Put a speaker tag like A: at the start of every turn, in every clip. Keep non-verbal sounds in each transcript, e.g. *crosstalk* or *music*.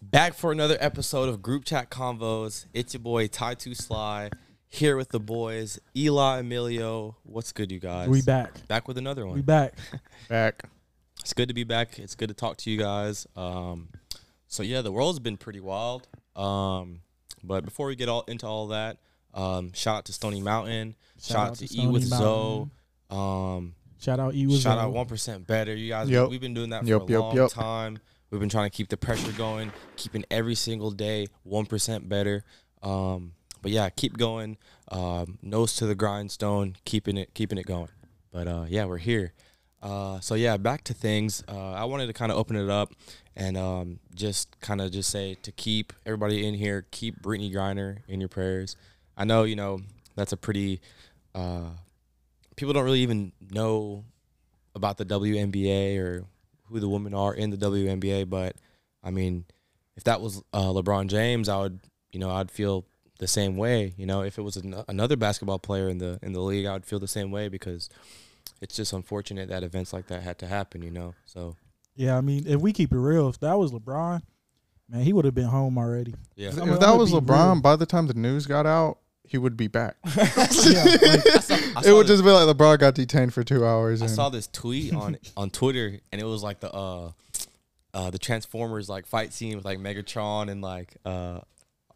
A: Back for another episode of Group Chat Convos. It's your boy Ty Two Sly here with the boys Eli Emilio. What's good, you guys?
B: We back.
A: Back with another one.
B: We back.
C: back.
A: It's good to be back. It's good to talk to you guys. Um, so yeah, the world's been pretty wild. Um, but before we get all into all that, um, shout out to Stony Mountain. Shout, out to, E
B: Stony
A: with Zoe.
B: Mountain.
A: Um,
B: Shout out E was
A: Shout
B: on.
A: out one percent better. You guys,
C: Yep.
A: we've been doing that for
C: Yep,
A: a
C: yep,
A: long
C: yep.
A: time. We've been trying to keep the pressure going, keeping every single day one percent better. Um, but yeah, keep going, um, nose to the grindstone, keeping it, keeping it going. But uh, yeah, we're here. Uh, so yeah, back to things. Uh, I wanted to kind of open it up and um, just kind of just say to keep everybody in here, keep Brittany Griner in your prayers. I know you know that's a pretty. Uh, people don't really even know about the WNBA or who the women are in the WNBA, but I mean, if that was uh, LeBron James, I would, you know, I'd feel the same way. You know, if it was an- another basketball player in the in the league, I would feel the same way because it's just unfortunate that events like that had to happen. You know, *laughs* so
B: Yeah, I mean, if we keep it real, if that was LeBron, man, he would have been home already.
A: yeah,
C: If
B: I'm gonna-
C: that
B: I'm
C: was
B: gonna be
C: LeBron,
B: real.
C: by the time the news got out, he would be back.
B: Yeah, like,
C: it would just be like LeBron got detained for two hours.
A: I
C: and
A: saw this tweet on on Twitter, and it was like the uh, uh, the Transformers like fight scene with like Megatron and like uh,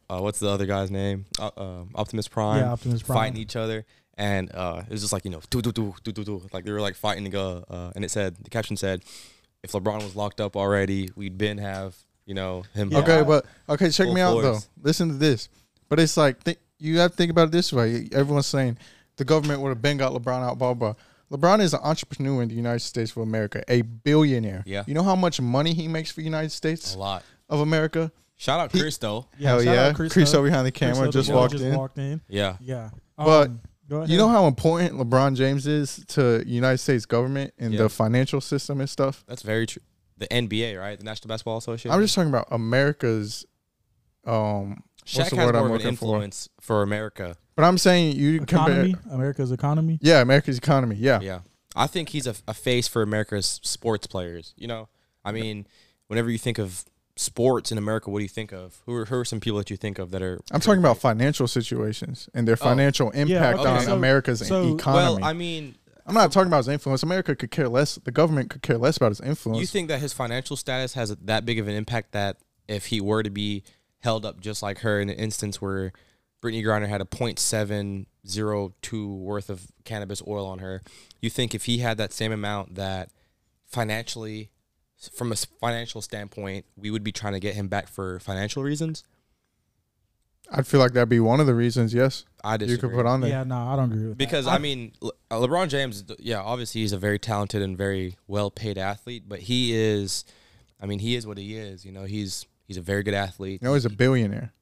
A: uh what's the other guy's name? Uh, um, Optimus Prime.
B: Yeah, Optimus Prime.
A: fighting each other, and uh, it was just like you know do do do do do do like they were like fighting to go, uh, and it said the caption said, if LeBron was locked up already, we'd been have you know him.
B: Yeah.
C: okay,
B: I-
C: but okay, check
A: uh, Full
C: me out
A: force.
C: though. Listen to this. But it's like th- you have to think about it this way. Everyone's saying the government would have been got LeBron out, blah blah. LeBron is an entrepreneur in the United States of America, a billionaire.
A: Yeah.
C: You know how much money he makes for the United
A: a
C: States
A: lot.
C: of America?
A: Shout out Chris though.
C: Hell
B: shout out
C: yeah.
B: Chris
C: Chris
B: Tubb.
C: over behind the
B: Chris
C: camera
B: Tubb
C: just
B: as well,
C: walked in.
B: walked in.
A: Yeah,
B: Yeah. Um,
C: But
B: go ahead.
C: You know how important LeBron James is to United States government and
A: Yeah.
C: the financial system and stuff.
A: that's very true. The NBA, right? The National Basketball Association.
C: I'm just talking about America's. Um,
A: Shaq
C: what's the
A: has
C: word I'm
A: more of an
C: looking for?
A: influence for America.
C: but I'm saying you compare.
B: economy, America's economy.
C: Yeah, America's economy. Yeah,
A: Yeah. I think he's a, a face for America's sports players. You know, I mean, whenever you think of sports in America, what do you think of? Who are, who are some people that you think of that are?
C: I'm talking about financial situations and
A: Oh.
C: their financial impact
B: okay,
C: on
B: so-
C: America's
B: so-
C: economy.
A: Well, I mean,
C: I'm not talking about his influence. America could care less. The government could care less about his influence.
A: you think that his financial status has that big of an impact that if he were to be held up just like her in an instance where Brittany Griner had a 0.702 worth of cannabis oil on her, you think if he had that same amount that financially, from a s- financial standpoint, we would be trying to get him back for financial reasons?
C: I feel like that'd be one of the reasons. Yes,
A: I disagree.
C: you could put on there.
B: Yeah, no, I don't agree with that.
A: Because I, mean, Le- uh, LeBron James, th- yeah, obviously he's a very talented and very well-paid athlete, but he is, I mean, he is what he is. You know, he's he's a very good athlete.
C: You know, he's a billionaire.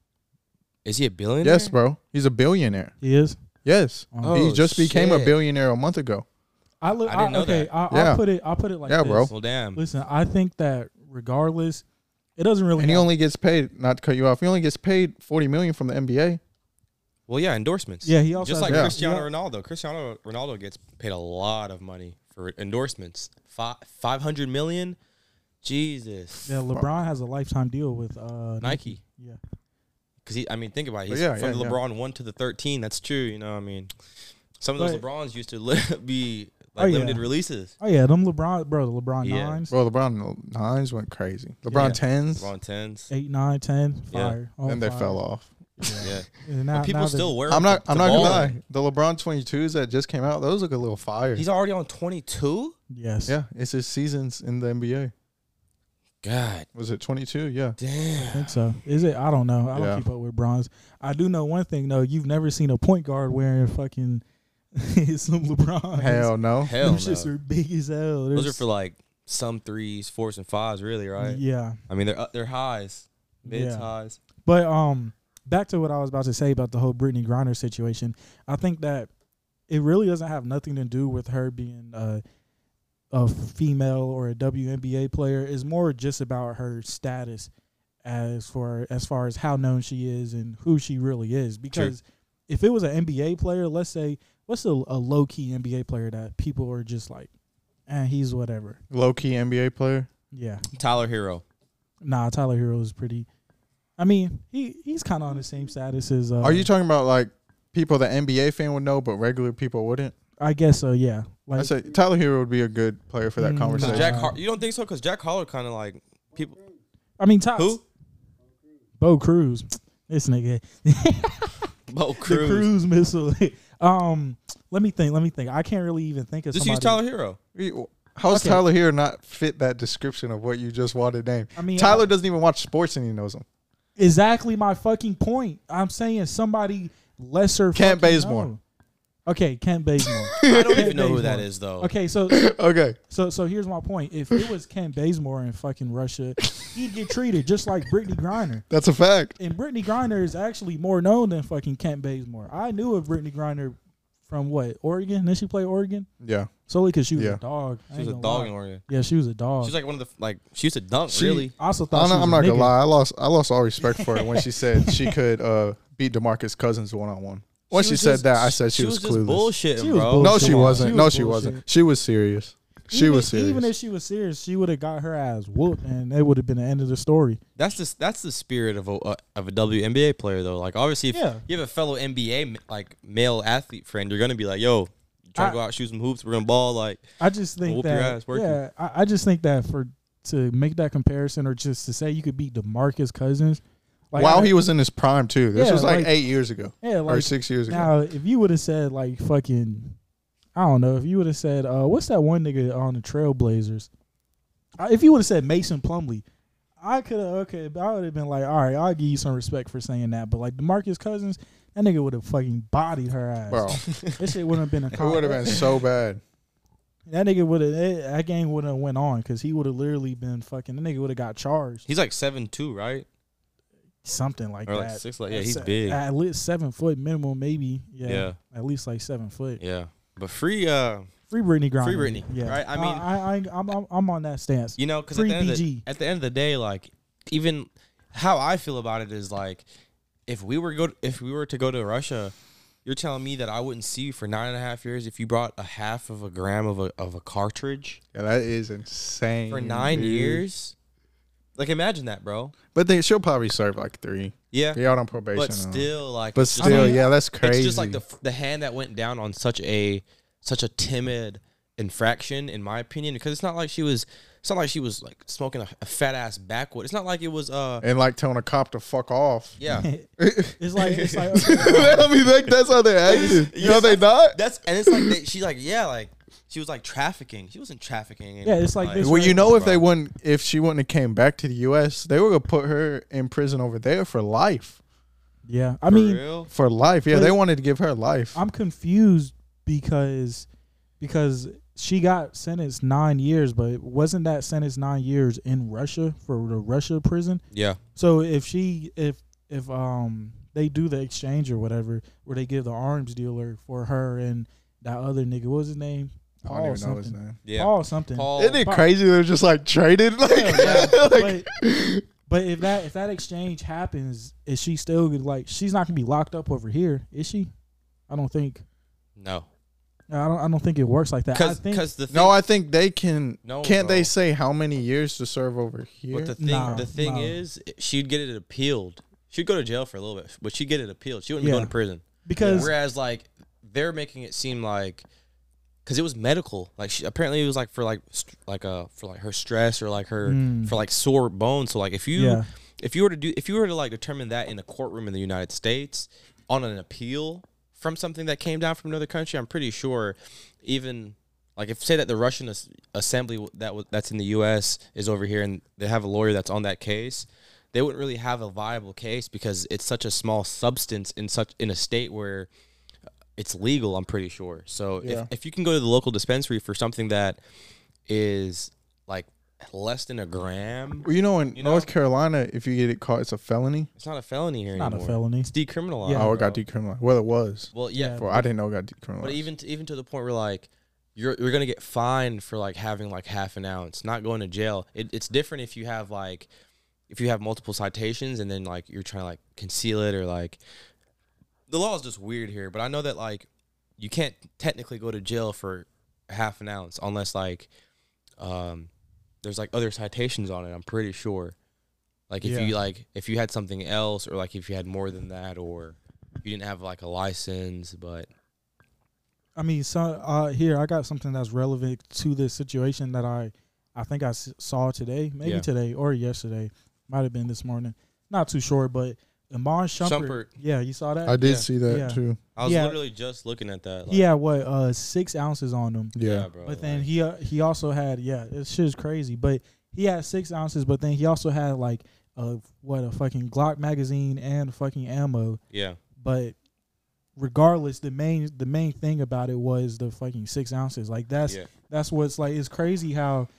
A: Is he a billionaire?
C: Yes, bro. He's a billionaire.
B: He is.
C: Yes,
A: Oh,
C: he just became a
A: shit.
C: billionaire a month ago.
B: I look.
A: I didn't
B: I-
A: know
B: okay,
A: that.
B: I,
C: Yeah.
B: I'll put it. I'll put it like
C: Yeah,
B: this.
C: bro.
A: Well, damn.
B: Listen, I think that regardless, it doesn't really.
C: and he
B: matter.
C: only gets paid not to cut you off. He only gets paid forty million from the NBA.
A: Well, yeah, endorsements.
B: yeah, he also
A: Just
B: has
A: like
B: a-
C: Yeah.
A: Cristiano
B: yeah.
A: Ronaldo. Cristiano Ronaldo gets paid a lot of money for endorsements. Five five hundred million. Jesus.
B: Yeah, LeBron has a lifetime deal with uh,
A: Nike.
B: Yeah,
A: Because he, I mean, think about it. He's
C: Yeah,
A: from
C: yeah, yeah.
A: LeBron one to the thirteen. That's true. You know, I mean, some of those
B: But-
A: LeBrons used to li- *laughs* be
B: Oh,
A: like
B: yeah.
A: limited releases.
B: Oh yeah, them LeBron bro, the LeBron
A: Yeah.
B: nines,
C: Bro, LeBron nines went crazy.
B: Yeah.
C: LeBron tens,
A: LeBron Oh tens.
B: eight, nine, ten,
A: Yeah.
B: fire.
C: then they fell off.
A: Yeah,
B: And
A: But
B: now,
A: people
B: now they-
A: still wear. 'em
C: I'm not.
A: to-
C: I'm
A: to
C: not gonna
A: ball.
C: lie. The LeBron twenty twos that just came out, those look a little fire.
A: He's already on twenty two.
B: yes.
C: yeah, it's his seasons in the NBA.
A: God
C: Was it twenty two? Yeah.
B: I
A: damn.
B: think so. Is it? I don't know. I don't
C: Yeah.
B: keep up with bronze. I do know one thing though. You've never seen a point guard wearing fucking *laughs* some LeBron.
C: Hell no.
A: Hell
B: them
A: no.
B: shits are big as hell.
A: Those are
B: There's-
A: for like some threes, fours, and fives, really, right?
B: Yeah,
A: I mean, they're up, they're highs, mids,
B: Yeah.
A: highs.
B: but um, back to what I was about to say about the whole Brittany Griner situation. I think that it really doesn't have nothing to do with her being uh, a female or a WNBA player. It's more just about her status as for as far as how known she is and who she really is. Because if it was an NBA player, let's say what's a, a low key NBA player that people are just like, and eh, he's whatever.
C: Low key NBA player.
B: Yeah,
A: Tyler Hero.
B: nah, Tyler Hero is pretty. I mean, he he's kind of on the same status as. Uh,
C: Are you talking about like people that NBA fan would know, but regular people wouldn't?
B: I guess so. Yeah.
C: I
B: Like
C: say Tyler Hero would be a good player for that
B: Mm,
A: Cause
C: conversation.
A: Jack, Har- you don't think so? Cause Jack Holler kind of like people.
B: I mean, Tops.
A: Who?
B: Bo Cruz. *laughs* This nigga.
A: Bo
B: The
A: Cruz.
B: cruise missile. *laughs* um, let me think. Let me think. I can't really even think of
A: Just use
B: somebody.
A: Tyler Hero.
C: You- How's
B: Okay.
C: Tyler Hero not fit that description of what you just wanted to name?
B: I mean,
C: Tyler doesn't even watch sports and he knows them.
B: exactly my fucking point. I'm saying somebody lesser.
C: Kent
B: fucking
C: Bazemore.
B: known. Okay, Kent Bazemore.
A: I
C: *laughs*
A: don't
B: Kent
A: even know who that
B: Bazemore.
A: is though.
B: Okay, so
C: Okay.
B: so so here's my point. If it was Kent Bazemore in fucking Russia, he'd get treated just like Brittany Griner.
C: That's a fact.
B: And Brittany Griner is actually more known than fucking Kent Bazemore. I knew of Brittany Griner from what Oregon? Did she play Oregon?
C: Yeah.
B: Solely because she was
C: Yeah.
B: a dog. I
A: She was a
B: ain't gonna
A: dog
B: lie.
A: in Oregon.
B: Yeah, she was a dog.
A: She's like one of the like. She used to dunk
C: Oh. She-
A: really.
B: I also thought
C: I'm
B: she
C: not,
B: was
C: I'm
B: a
C: not gonna
B: nigga.
C: lie. I lost I lost all respect for her when she said she *laughs* could uh, beat Demarcus Cousins one on one. Once she,
A: was
C: said
A: just-
C: that, I said she, was,
A: just
C: clueless.
A: bullshitting,
B: She was
A: bro.
C: No,
B: bullshit.
C: she wasn't.
B: She
C: no,
B: was
C: she
B: bullshit.
C: wasn't. She was serious. She
B: even,
C: was serious.
B: Even if she was serious, she would have got her ass whooped, and it would have been the end of the story.
A: That's the that's the spirit of a uh, of a WNBA player though. Like obviously, if
B: Yeah.
A: you have a fellow NBA m- like male athlete friend, you're gonna be like, "Yo, try to
B: I-
A: go out shoot some hoops. We're gonna ball." Like
B: I just think
A: Whoop your
B: that
A: ass, work
B: yeah, I, I just think that for to make that comparison, or just to say you could beat Demarcus Cousins, like,
C: While
B: I-
C: he was in his prime too. This
B: Yeah,
C: was like,
B: like-
C: eight years ago
B: yeah,
C: or
B: like
C: six years ago.
B: now if you would have said like fucking, I don't know, if you would have said uh, what's that one nigga on the Trailblazers, I, if you would have said Mason Plumley. I could have okay, but I would have been like, all right, I'll give you some respect for saying that, but like Demarcus Cousins, that nigga would have fucking bodied her ass.
C: Bro,
B: This shit wouldn't
A: *laughs*
B: have been a.
C: it would have been so bad.
B: That nigga would have. That game would have went on because he would have literally been fucking. That nigga would have got charged.
A: he's like seven two, right?
B: Something like
A: or
B: that.
A: like six. Like yeah, he's
B: At-
A: big.
B: At least seven foot minimum, maybe. Yeah.
A: Yeah.
B: At least like seven foot.
A: Yeah, but free. Uh,
B: Free Britney Griner.
A: Free Britney, right? I mean-
B: I, I, I I'm, I'm, I'm on that stance.
A: you know, because at,
B: Free
A: the end of the-
B: BG.
A: at the end of the day, like even how I feel about it is like if we were go if we were to go to Russia, you're telling me that I wouldn't see you for nine and a half years if you brought a half of a gram of a of a cartridge
C: Yeah, that is insane.
A: for nine
C: dude.
A: years. Like imagine that, bro.
C: But then she'll probably serve like three.
A: Yeah,
C: They out on probation.
A: but
C: now.
A: still, like,
C: but
A: it's just,
C: still,
A: like,
B: mean,
C: yeah, that's crazy.
A: it's just like the f- the hand that went down on such a such a timid infraction, in my opinion, because it's not like she was. It's not like she was like smoking a, a fat ass backwood. It's not like it was. Uh,
C: and like telling a cop to fuck off.
A: yeah.
B: *laughs*
A: *laughs*
B: it's like it's like okay,
C: *laughs* I mean, like that's how they're acting. You know they not.
A: That's and it's like they, she's like yeah like she was like trafficking. She wasn't trafficking.
B: Yeah, it's like this-
C: Well, you know, if
A: Bro.
C: they wouldn't, if she wouldn't have came back to the U.S., they were gonna put her in prison over there for life.
B: yeah. I mean,
A: real?
C: For life, yeah,
B: But-
C: they wanted to give her life.
B: I'm confused because because she got sentenced nine years, but wasn't that sentence nine years in Russia for the Russia prison?
A: yeah,
B: So if she if if um they do the exchange or whatever where they give the arms dealer for her and that other nigga, what was his name?
C: I
B: Paul
C: don't even know
B: something.
C: his name.
A: yeah.
B: Paul something.
A: Paul-
C: Isn't it crazy? They're just like traded. Like,
B: Yeah,
A: *laughs*
C: like-
B: but, but if that if that exchange happens, is she still gonna, like she's not gonna be locked up over here, is she? I don't think.
A: no,
B: I don't. I don't think it works like that. I
A: because
B: think
A: the thing,
C: no, I think they can.
A: No,
C: can't they
A: bro.
C: say how many years to serve over here?
A: but the thing
B: Nah,
A: the thing
B: nah.
A: is she'd get it appealed. She'd go to jail for a little bit, but she'd get it appealed. She wouldn't be
B: Yeah.
A: going to prison.
B: because
A: Whereas like they're making it seem like because it was medical. Like she, apparently it was like for like st- like uh for like her stress or like her
B: Mm.
A: for like sore bones. So like if you
B: Yeah.
A: if you were to do if you were to like determine that in a courtroom in the United States on an appeal from something that came down from another country, I'm pretty sure even like if say that the Russian as- assembly w- that w- that's in the U.S. is over here and they have a lawyer that's on that case, they wouldn't really have a viable case because it's such a small substance in such in a state where uh, it's legal. I'm pretty sure. So
C: Yeah.
A: if, if you can go to the local dispensary for something that is like less than a gram,
C: Well, you know, in
A: You know?
C: North Carolina, if you get it caught, it's a felony.
A: it's not a felony here
B: not a
A: anymore.
B: felony.
A: It's decriminalized.
B: Yeah,
C: oh, it got
A: bro.
C: decriminalized. Well, it was.
A: Well, yeah,
B: Yeah.
C: Well, I didn't know it got decriminalized.
A: but even to, even to the point where like you're you're gonna get fined for like having like half an ounce, not going to jail. It, it's different if you have like if you have multiple citations and then like you're trying to like conceal it or like the law is just weird here. But I know that like you can't technically go to jail for half an ounce unless like um there's like other citations on it. I'm pretty sure. Like if
B: Yeah.
A: you like if you had something else or like if you had more than that or you didn't have like a license, but
B: I mean, so uh, here I got something that's relevant to this situation that I, I think I s- saw today, maybe
A: Yeah.
B: today or yesterday, might have been this morning. Not too sure, but Amon Shumpert.
A: Shumpert.
B: Yeah, you saw that.
C: I did
A: Yeah.
C: see that
B: Yeah.
C: too.
A: I was
B: Yeah.
A: literally just looking at that.
B: he had what uh six ounces on him,
C: Yeah.
A: bro.
B: but then
A: Oh, like,
B: he uh, he also had yeah, this shit is crazy. But he had six ounces, but then he also had like uh what a fucking Glock magazine and fucking ammo.
A: yeah,
B: But regardless, the main the main thing about it was the fucking six ounces. Like that's
A: yeah,
B: that's what's like it's crazy how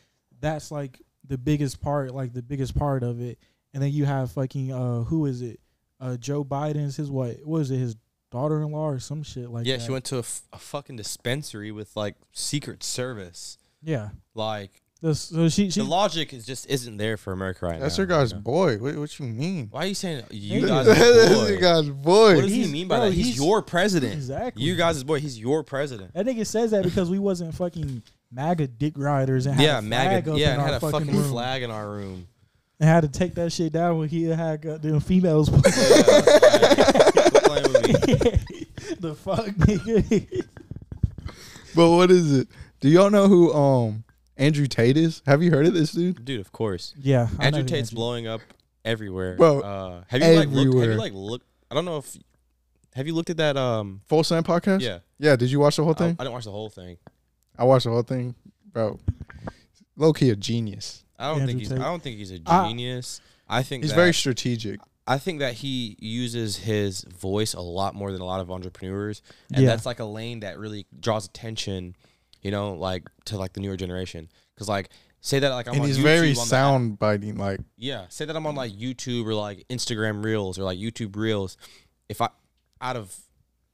B: that's like the biggest part like the biggest part of it and then you have fucking uh who is it uh joe biden's his what what is it his daughter-in-law or some shit like
A: yeah.
B: that.
A: She went to a, f- a fucking dispensary with like Secret Service.
B: yeah
A: Like
B: That's- so she she
A: the logic is just isn't there for America right
C: That's
A: now.
C: her guy's
A: you know?
C: boy. What, what you mean?
A: Why are you saying you
B: Yeah.
A: guys?
C: *laughs* That's
A: are
C: your
A: boy?
C: guy's boy.
A: What does he
B: He's-
A: mean by
B: bro,
A: that? He's,
B: he's-
A: your president.
B: exactly
A: You guys' boy. He's your president.
B: that nigga says that because we wasn't fucking maga dick riders and had
A: Yeah,
B: a flag
A: MAGA.
B: up
A: Yeah,
B: in
A: and had
B: our
A: a fucking,
B: room
A: flag in our room.
B: and had to take that shit down when he had got them females *laughs*
A: Yeah, like, quit playing with me.
B: the fuck nigga
C: but what is it? Do y'all know who um Andrew Tate is? Have you heard of this dude?
A: dude. Of course,
B: *laughs* yeah I know
A: Andrew
B: who
A: Tate's
B: Andrew-
A: blowing up everywhere,
C: Bro,
A: Uh, have you like looked? Have you
C: everywhere.
A: like looked? I don't know if have you looked at that. Um,
C: Full Sand podcast?
A: yeah,
C: Yeah, did you watch the whole
A: I, I
C: thing?
A: didn't watch the whole thing.
C: I, watched the whole thing, bro. Low key a genius.
A: I don't
B: Andrew
A: think he's.
B: Tate.
A: I don't think he's a
B: I-
A: genius. I think
C: He's
A: that-
C: very strategic.
A: I think that he uses his voice a lot more than a lot of entrepreneurs, and
B: Yeah.
A: that's like a lane that really draws attention, you know, like to like the newer generation. Because like say that like I'm
C: and
A: on
C: he's
A: YouTube
C: very
A: on the-
C: sound biting. Like
A: yeah, say that I'm on like YouTube or like Instagram Reels or like YouTube Reels. If I out of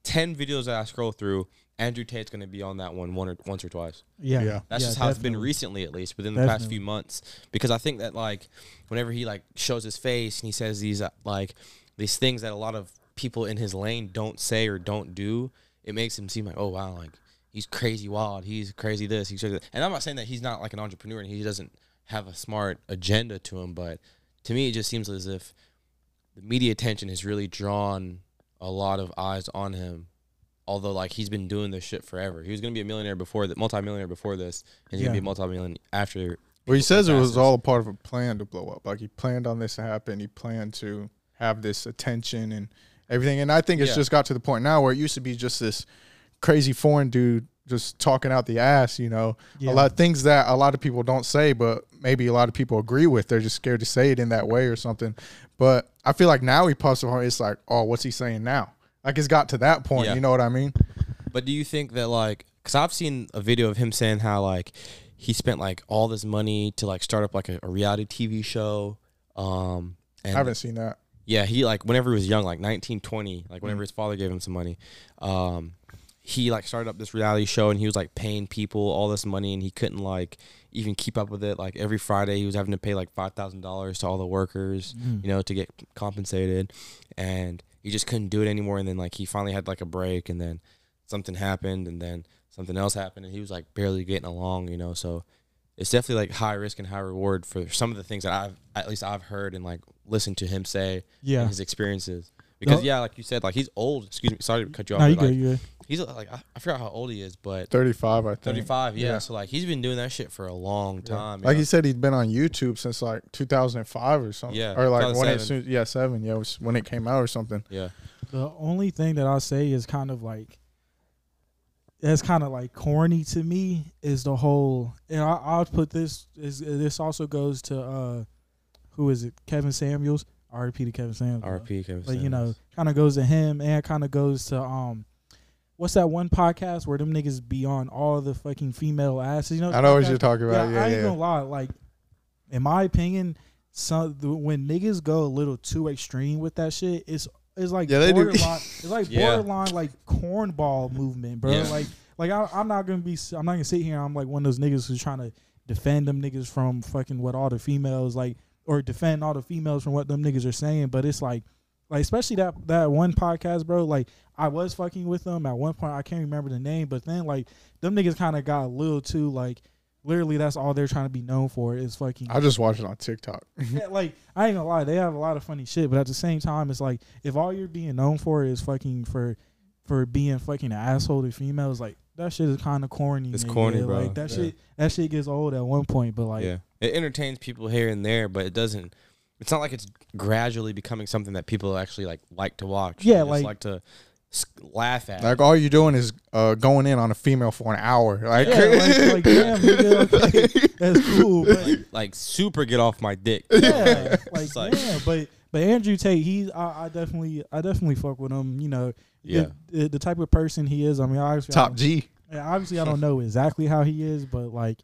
A: ten videos that I scroll through, Andrew Tate's gonna be on that one one or once or twice.
B: yeah
C: Yeah.
A: That's
B: Yeah,
A: just how it's been
B: definitely.
A: recently, at least within the past
B: Definitely.
A: few months. Because I think that like, whenever he like shows his face and he says these uh, like these things that a lot of people in his lane don't say or don't do, it makes him seem like oh wow, like he's crazy wild, he's crazy this, he's crazy. That. And I'm not saying that he's not like an entrepreneur and he doesn't have a smart agenda to him, but to me it just seems as if the media attention has really drawn a lot of eyes on him. Although like he's been doing this shit forever. He was gonna be a millionaire before that multimillionaire before this, and he's gonna
B: Yeah.
A: be a multimillionaire after
C: Well, he
A: people
C: says it was
A: passes.
C: all a part of a plan to blow up. Like he planned on this to happen. He planned to have this attention and everything. And I think it's
A: Yeah.
C: just got to the point now where it used to be just this crazy foreign dude just talking out the ass. You know,
B: Yeah.
C: a lot of things that a lot of people don't say, but maybe a lot of people agree with. They're just scared to say it in that way or something. But I feel like now he pops up. on- It's like, oh, what's he saying now? Like it's got to that point.
A: Yeah.
C: You know what I mean?
A: But do you think that like, because I've seen a video of him saying how like he spent like all this money to like start up like a, a reality TV show. Um, and
C: I haven't seen that.
A: yeah, he like whenever he was young, like 19, 20, like whenever his father gave him some money, um, he like started up this reality show and he was like paying people all this money and he couldn't like even keep up with it. Like every Friday, he was having to pay like five thousand dollars to all the workers, you know, to get compensated, and he just couldn't do it anymore. And then like he finally had like a break, and then something happened, and then something else happened, and he was like barely getting along, you know. So it's definitely like high risk and high reward for some of the things that I've at least I've heard and like listened to him say
B: yeah
A: and his experiences. Because
B: No.
A: yeah, like you said, like he's old. Excuse me, sorry to cut you off.
B: no you
A: but,
B: good
A: like,
B: you good
A: He's like I, I forgot how old he is, but
C: Thirty-five, I think.
A: thirty five. Yeah.
C: Yeah.
A: so like he's been doing that shit for a long time. you
C: Like
A: know?
C: he said, he'd been on YouTube since like 2005 or something.
A: Yeah,
C: or like when it,
A: 2007.
C: soon- yeah seven yeah was when it came out or something.
A: yeah,
B: The only thing that I'll say is kind of like that's kind of like corny to me is the whole and I, I'll put this is this also goes to uh who is it Kevin Samuels R.I.P. to Kevin Samuels bro.
A: R.P. Kevin
B: but you know
A: Samuels.
B: kind of goes to him and kind of goes to um what's that one podcast where them niggas be on all the fucking female asses you know
C: I know what
B: podcast-
C: you're talking about.
B: I
C: Yeah,
B: ain't
C: yeah.
B: gonna lie. Like, in my opinion, some the, when niggas go a little too extreme with that shit, it's it's like
C: Yeah, they do.
B: borderline. It's like
C: *laughs*
A: Yeah.
B: borderline like cornball movement, bro.
A: Yeah.
B: Like, like I, I'm not gonna be. I'm not gonna sit here. I'm like one of those niggas who's trying to defend them niggas from fucking what all the females like, or defend all the females from what them niggas are saying. But it's like, like especially that that one podcast, bro. Like I was fucking with them at one point. I can't remember the name, but then like them niggas kind of got a little too like literally that's all they're trying to be known for is fucking *laughs*
C: I just watch it on TikTok.
B: Yeah, like I ain't gonna lie, they have a lot of funny shit, but at the same time, it's like if all you're being known for is fucking for for being fucking an asshole to females, like that shit is kind of corny.
A: It's
B: nigga.
A: corny, bro.
B: Like that
A: Yeah.
B: shit, that shit gets old at one point, but like
A: yeah, it entertains people here and there, but it doesn't. It's not like it's gradually becoming something that people actually like like to watch. They
B: Yeah,
A: just
B: like-
A: like to s- laugh at.
C: Like all you're doing is uh, going in on a female for an hour. Like,
B: Yeah, like, like, damn, nigga, *laughs*
A: *laughs*
B: okay, that's cool. But
A: like, like super get off my
C: *laughs*
A: dick. *laughs*
B: yeah, like,
A: It's like-
B: yeah, but but Andrew Tate, he, I, I definitely, I definitely fuck with him. You know,
A: Yeah.
B: the, the, the type of person he is. I mean, obviously, I
C: *laughs* top
B: don't-
C: G.
B: Yeah, obviously, I don't know exactly how he is, but like,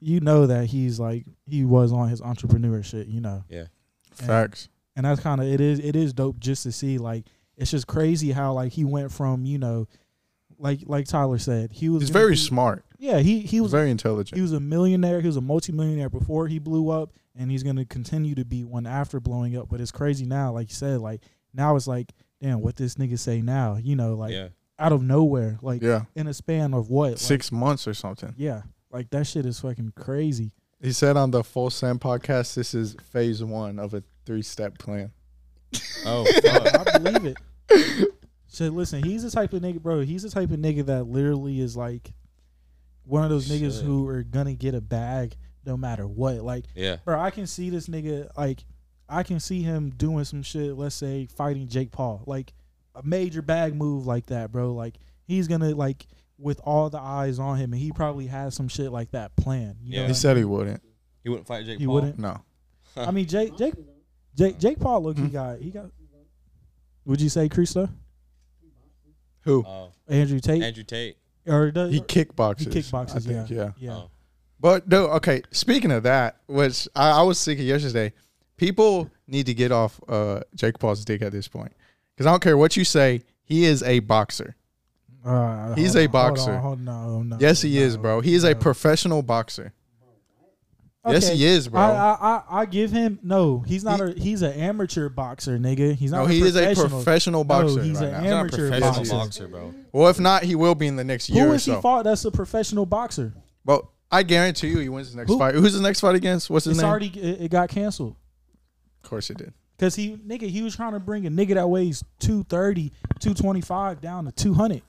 B: you know that he's like he was on his entrepreneur shit, you know, Yeah.
C: Facts.
B: and that's kind of it is it is dope just to see like it's just crazy how like he went from you know, like like Tyler said he was
C: He's
B: gonna
C: very
B: be-
C: smart.
B: yeah he he
C: He's
B: was
C: very
B: he
C: intelligent.
B: was a millionaire he was a multimillionaire before he blew up and he's gonna continue to be one after blowing up, but it's crazy now like you said like now it's like damn what this nigga say now you know like
A: yeah,
B: out of nowhere like
C: Yeah,
B: in a span of what like,
C: six months or something.
B: yeah, like that shit is fucking crazy.
C: He said on the Full Send podcast, this is phase one of a three-step plan.
B: *laughs*
A: Oh, fuck.
B: I believe it.
C: *laughs*
B: So listen, he's the type of nigga, bro. He's the type of nigga that literally is like one of those niggas
A: Shit.
B: who are gonna get a bag no matter what. Like,
A: yeah,
B: bro, I can see this nigga. Like, I can see him doing some shit. Let's say fighting Jake Paul, like a major bag move like that, bro. Like he's gonna like with all the eyes on him, and he probably has some shit like that planned. You
A: Yeah.
B: know
C: He
B: what I
C: said he wouldn't.
A: he wouldn't fight Jake
B: He
A: Paul.
B: wouldn't.
C: No,
B: I mean, Jake, Jake, Jake, Jake Paul. Look, he
C: Hmm.
B: got, he got. Would you say Kristo,
C: who?
A: Oh,
B: Andrew Tate,
A: Andrew Tate.
B: or the,
C: He kickboxes.
B: Uh, he kickboxes?
C: I think,
B: yeah,
C: yeah.
B: yeah.
A: Oh.
C: But no, okay. Speaking of that, which I, I was thinking yesterday, people need to get off uh, Jake Paul's dick at this point because I don't care what you say. He is a boxer.
B: Uh,
C: He's
B: hold on,
C: a
B: hold
C: boxer.
B: on, hold on, no, no,
C: Yes, he
B: no.
C: is, bro. He is a
B: no.
C: professional boxer. Yes,
B: Okay.
C: he is, bro.
B: I, I, I, I give him no. He's not a. He's an amateur boxer, nigga. He's not.
C: no,
B: a
C: he is a
B: professional.
C: professional boxer
B: he's
C: right
B: an
C: now.
A: He's not a
B: Amateur
A: professional
C: boxer.
A: boxer, bro.
C: Well, if not, he will be in the next year
B: Who
C: or
B: is he
C: so.
B: fought? That's a professional boxer.
C: But I guarantee you, he wins his next
B: Who?
C: fight. Who's the next fight against? What's his
B: It's
C: name?
B: already. It, it got canceled.
C: of course, he did.
B: Cause he nigga, he was trying to bring a nigga that weighs 230, 225 down to two hundred.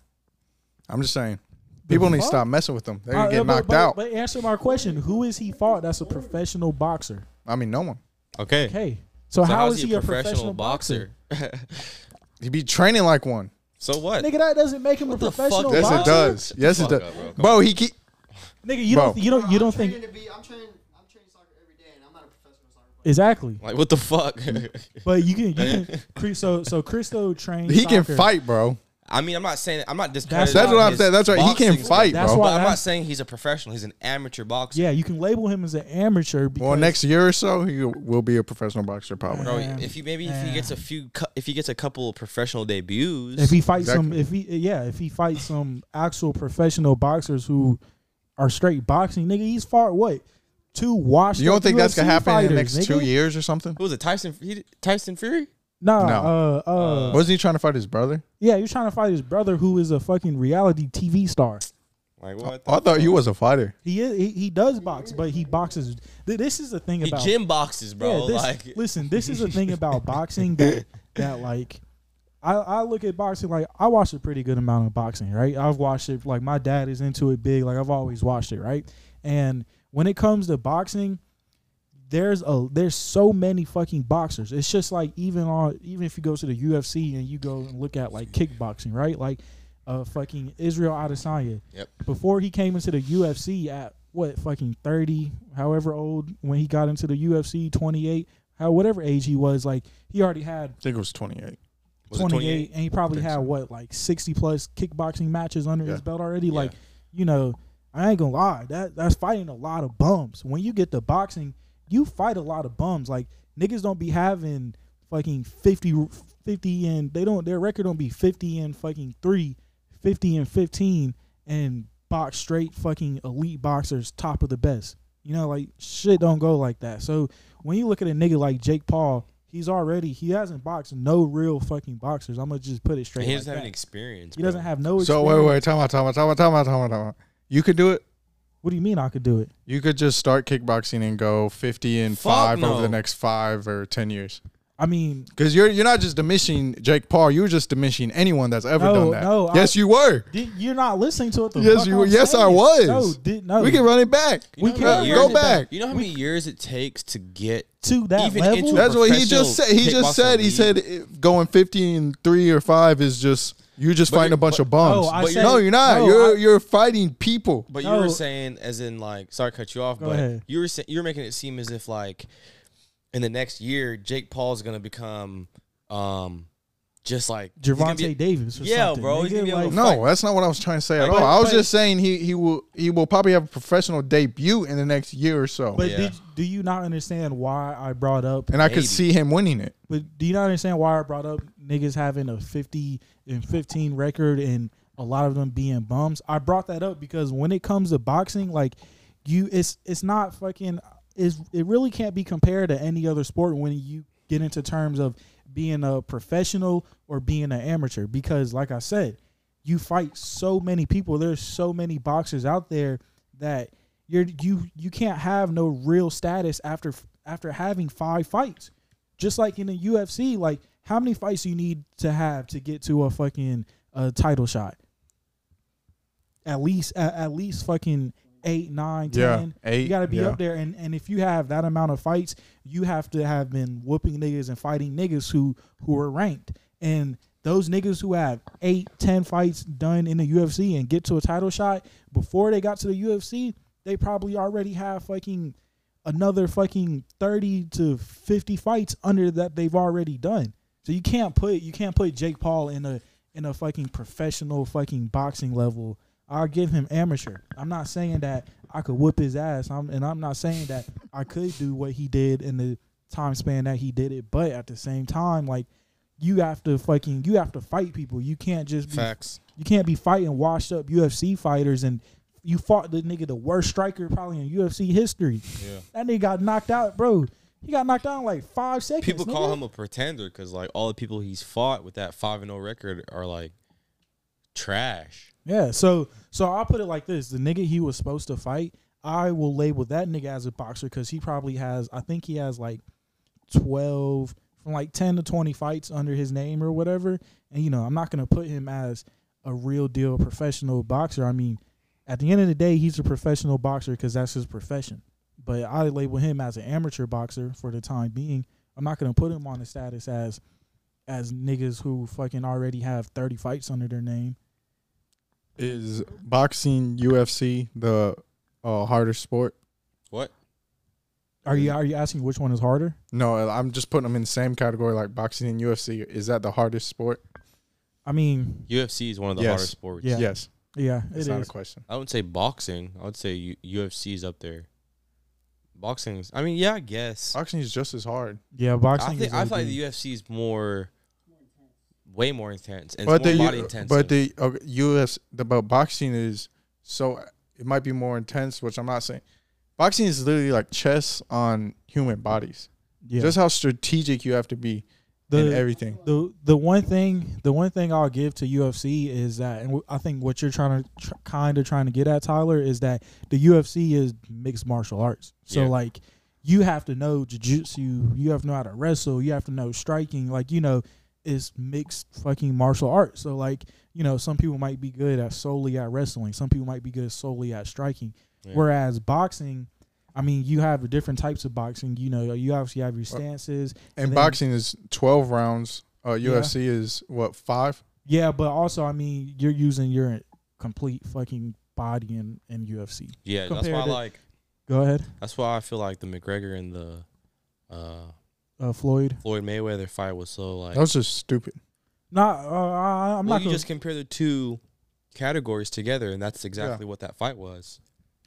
C: I'm just saying, people need to
B: fuck?
C: stop messing with them. They're
B: Uh,
C: gonna get
B: but-
C: knocked
B: but-
C: out.
B: But answer my question: Who is he fought? That's a professional boxer.
C: I mean, no one.
A: Okay.
B: Okay, so, how is he a professional, boxer?
C: He be training like one.
A: so what?
B: Nigga, that doesn't make him a
A: the fuck
B: professional
A: does
C: Yes,
B: boxer.
C: it does. Yes, it
A: Fuck
C: does.
A: up, bro. Come
C: Bro, he keep.
B: Nigga, you
C: Bro.
B: don't, you don't, you
D: I'm
B: don't
D: training
B: think
D: to be, I'm training. I'm training soccer every day, and I'm not a professional soccer player.
B: exactly.
A: Like what the fuck? *laughs*
B: But you can, you
C: *laughs*
B: can. Chris- So, so Christo trained.
C: He can
B: soccer.
C: fight, bro.
A: I mean, I'm not saying I'm not
B: That's-
A: discrediting.
C: That's what I'm
A: his
C: saying. That's right. He can
A: boxing
C: fight,
A: skill,
B: That's
C: bro.
B: why-
A: But I'm not saying he's a professional. He's an amateur boxer.
B: Yeah, you can label him as an amateur. Because,
C: Well, next year or so, he will be a professional boxer, probably.
A: Bro,
B: Yeah.
A: if he maybe if
B: Yeah.
A: he gets a few, cou- if he gets a couple of professional debuts,
B: if he fights some,
C: Exactly.
B: if he, yeah, if he fights some actual professional boxers who are straight boxing, nigga, he's fought what two washed.
C: You don't
B: up
C: think that's gonna
B: UFC
C: happen in the
B: fighters,
C: next two
B: nigga?
C: years or something?
A: who was it? Tyson, he, Tyson Fury.
B: Nah,
C: No.
B: uh, uh,
C: Wasn't he trying to fight his brother?
B: Yeah, you're trying to fight his brother, who is a fucking reality TV star.
A: Like what?
C: I thought you was a fighter.
B: He is, he, he does box, but he boxes. th- This is the thing
A: He
B: about
A: gym boxes, bro.
B: Yeah, this,
A: like
B: listen, this is the thing
A: *laughs*
B: about boxing that that like. I, I look at boxing like I watch a pretty good amount of boxing, right? I've watched it like my dad is into it big, like I've always watched it, right? And when it comes to boxing, there's a there's so many fucking boxers. It's just like even on even if you go to the UFC and you go and look at like kickboxing, right? Like uh fucking Israel Adesanya.
A: Yep.
B: Before he came into the UFC at what fucking 30, however old when he got into the UFC, 28, how whatever age he was, like he already had
C: I think it was 28.
A: was it
B: 28, and he probably
C: think
B: had
C: so.
B: what like 60 plus kickboxing matches under his
C: Yeah.
B: belt already
A: Yeah.
B: like you know i ain't gonna lie that that's fighting a lot of bums when you get to boxing you fight a lot of bums like niggas don't be having fucking 50 50 and they don't their record don't be 50 and fucking 3 50 and 15 and box straight fucking elite boxers top of the best you know like shit don't go like that so when you look at a nigga like Jake Paul, he's already he hasn't boxed no real fucking boxers. I'm gonna just put it straight.
A: And he
B: like
A: doesn't have
B: that.
A: any experience.
B: he doesn't
A: bro.
B: have no.
C: So wait, wait, time out, time out, time out, time out, time out, time out. You could do it.
B: What do you mean I could do it?
C: You could just start kickboxing and go 50 and
A: Fuck
C: 5
A: no.
C: over the next 5 or 10 years.
B: I mean,
C: Because you're you're not just diminishing Jake Paul. You're just diminishing anyone that's ever
B: No,
C: done that.
B: no, I-
C: yes, you were.
B: di- you're not listening to what the
C: Yes,
B: fuck
C: you were.
B: I'm
C: Yes, I
B: saying.
C: was.
B: No, did, no.
C: We can run it back.
B: We
A: You know how
B: can
A: many
B: run
A: years
C: go
A: it-
B: it
C: back.
A: You know how many years it takes to get
B: to that
A: even
B: level.
A: into-
C: That's what he just
A: professional
C: said. He just said. He
A: kickboxing
C: said it- going 50 and three or five is just you're just
A: But
C: fighting
A: you're-
C: a bunch
A: but-
C: of bums.
B: No, I
C: But
B: said-
C: no, you're not.
B: no,
C: you're
B: I-
C: you're fighting people.
A: But you were
B: No.
A: saying, as in, like, sorry to cut you off,
B: Oh. Go
A: but
B: ahead.
A: you were sa- you were making it seem as if like in the next year, Jake Paul's gonna become, um, just like he's gonna
B: Javante
A: be-
B: Davis. Or
A: Yeah,
B: something,
A: bro, he's
B: nigga,
A: gonna be able
B: like,
A: to
C: No,
A: fight.
C: that's not what I was trying to say at
A: Like,
C: all.
A: but-
C: I was
A: but-
C: just saying he he will he will probably have a professional debut in the next year or so.
B: But
A: Yeah.
B: did, do you not understand why I brought up?
C: and I
A: maybe.
C: could see him winning it.
B: But do you not understand why I brought up niggas having a fifty and fifteen record and a lot of them being bums? I brought that up because when it comes to boxing, like you, it's it's not fucking. Is it really can't be compared to any other sport when you get into terms of being a professional or being an amateur? Because like I said, you fight so many people. There's so many boxers out there that you're you you can't have no real status after after having five fights. Just like in the UFC, like how many fights do you need to have to get to a fucking uh, title shot? At least at, at least fucking eight, nine,
C: Yeah,
B: ten.
C: eight,
B: you gotta be
C: yeah.
B: up there and, and if you have that amount of fights, you have to have been whooping niggas and fighting niggas who who are ranked. And those niggas who have eight, ten fights done in the UFC and get to a title shot before they got to the UFC, they probably already have fucking another fucking 30 to 50 fights under that they've already done. So you can't put you can't put Jake Paul in a in a fucking professional fucking boxing level. I'll give him amateur. I'm not saying that I could whip his ass. I'm and I'm not saying that I could do what he did in the time span that he did it, but at the same time like you have to fucking you have to fight people. You can't just be
A: Facts.
B: you can't be fighting washed up UFC fighters and you fought the nigga the worst striker probably in UFC history.
A: Yeah.
B: That nigga got knocked out, bro. He got knocked out in like five seconds.
A: People
B: nigga.
A: call him a pretender because like all the people he's fought with that five and zero record are like trash.
B: Yeah, so so I'll put it like this: the nigga he was supposed to fight, I will label that nigga as a boxer because he probably has, I think he has like twelve from like ten to twenty fights under his name or whatever. And you know, I'm not gonna put him as a real deal professional boxer. I mean, at the end of the day, he's a professional boxer because that's his profession. But I label him as an amateur boxer for the time being. I'm not gonna put him on the status as as niggas who fucking already have thirty fights under their name.
C: Is boxing UFC the uh, harder sport?
A: What?
B: Are you are you asking which one is harder?
C: No, I'm just putting them in the same category like boxing and UFC. Is that the hardest sport?
B: I mean,
A: UFC is one of the
C: Yes.
A: harder sports.
B: Yeah.
C: Yes,
B: yeah, it
C: it's
B: is.
C: not a question.
A: I wouldn't say boxing. I would say U- UFC is up there. Boxing's. I mean, yeah, I guess.
C: Boxing is just as hard.
B: yeah,
A: I
B: boxing.
A: think
B: is
A: I feel like the
B: you.
A: UFC is more, way more intense and
C: but
A: it's
C: the
A: more
C: U-
A: body intensive.
C: but the uh, okay, US the but boxing is so it might be more intense, which I'm not saying. Boxing is literally like chess on human bodies.
B: Yeah.
C: Just how strategic you have to be in
B: the,
C: everything.
B: the the one thing the one thing I'll give to UFC is that, and wh- I think what you're trying to tr- kind of trying to get at Tyler is that the UFC is mixed martial arts. So
A: Yeah.
B: like, you have to know jujitsu, you have to know how to wrestle, you have to know striking. Like you know, it's mixed fucking martial arts. So like, you know, some people might be good at solely at wrestling, some people might be good solely at striking.
A: Yeah.
B: Whereas boxing, I mean, you have the different types of boxing. You know, you obviously have your stances.
C: And
B: then-
C: boxing is 12 rounds. Uh, UFC is what five?
B: Yeah, but also, I mean, you're using your complete fucking body in, in UFC.
A: yeah, that's why
B: compared
A: I
B: to-
A: like.
B: Go ahead,
A: That's why I feel like the McGregor and the uh,
B: uh, Floyd.
A: Floyd Mayweather fight was so like.
C: That was just stupid.
B: Not, uh, I-
A: well,
B: I'm not.
A: you
B: gonna,
A: just compare the two categories together, and that's exactly what that fight was.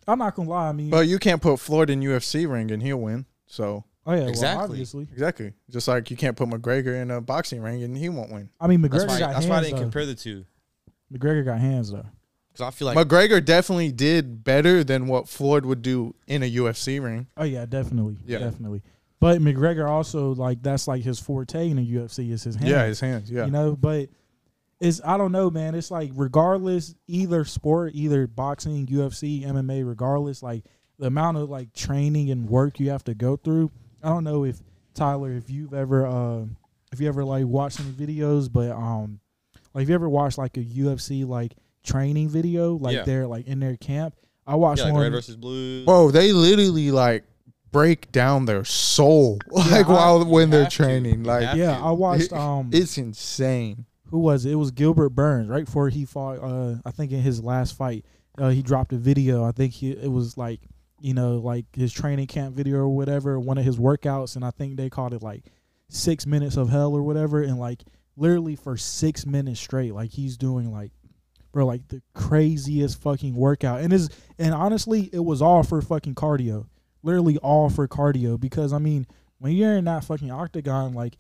B: I'm not gonna lie. I mean,
C: But you can't put Floyd in UFC ring and he'll win. So
B: oh yeah, well,
A: exactly.
B: obviously.
C: exactly, just like you can't put McGregor in a boxing ring and he won't win.
B: I mean, McGregor
A: That's why.
B: got
A: That's
B: hands.
A: why I didn't
B: though.
A: compare the two
B: McGregor got hands though.
A: because I feel like
C: McGregor definitely did better than what Floyd would do in a UFC ring.
B: Oh yeah, definitely,
C: Yeah.
B: definitely. But McGregor also like that's like his forte in the UFC is his hands.
C: Yeah, his hands. Yeah,
B: you know. But it's I don't know, man. It's like regardless, either sport, either boxing, UFC, MMA, regardless, like the amount of like training and work you have to go through. I don't know if Tyler, if you've ever, uh, if you ever like watched any videos, but um, like if you ever watched like a UFC like training video, like
A: Yeah.
B: they're like in their camp. I watched
A: Yeah, like
B: one.
A: red versus blue.
C: Bro, they literally like break down their soul *laughs* like
B: I-
C: while when they're
A: have to.
C: training.
A: You
C: Like
A: have
B: yeah,
A: to.
B: I watched
C: *laughs* It-
B: um.
C: it's insane.
B: who was it? It was Gilbert Burns, right before he fought. Uh, I think in his last fight, uh, he dropped a video. I think he, it was like you know like his training camp video or whatever, one of his workouts, and I think they called it like six minutes of hell or whatever, and like literally for six minutes straight, like he's doing like. Bro, like the craziest fucking workout, and is and honestly, it was all for fucking cardio, literally all for cardio. Because I mean, when you're in that fucking octagon, like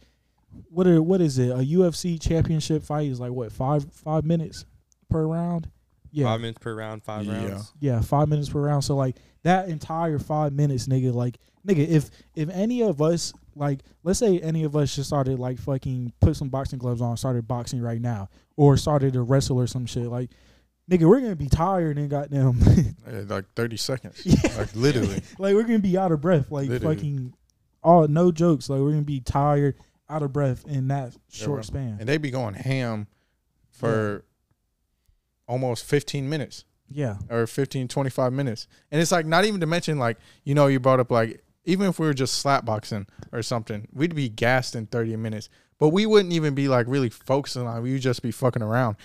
B: what are what is it? A UFC championship fight is like what five five minutes per round? Yeah,
A: Five minutes per round, five
C: Yeah.
A: rounds.
B: yeah, five minutes per round. So like that entire five minutes, nigga. Like nigga, if if any of us like, let's say any of us just started like fucking put some boxing gloves on, started boxing right now, or started to wrestle or some shit. Like nigga, we're gonna be tired and goddamn, *laughs*
C: Eh, Like thirty seconds.
B: Yeah.
C: Like *laughs* literally.
B: like we're gonna be out of breath. Like
C: Literally.
B: fucking, all no jokes. Like we're gonna be tired, out of breath in that
C: bro.
B: short span.
C: and they be going ham for almost 15 minutes
B: Yeah,
C: or 15 25 minutes and it's like not even to mention like you know you brought up like even if we were just slap boxing or something we'd be gassed in 30 minutes but we wouldn't even be like really focusing on it. we would just be fucking around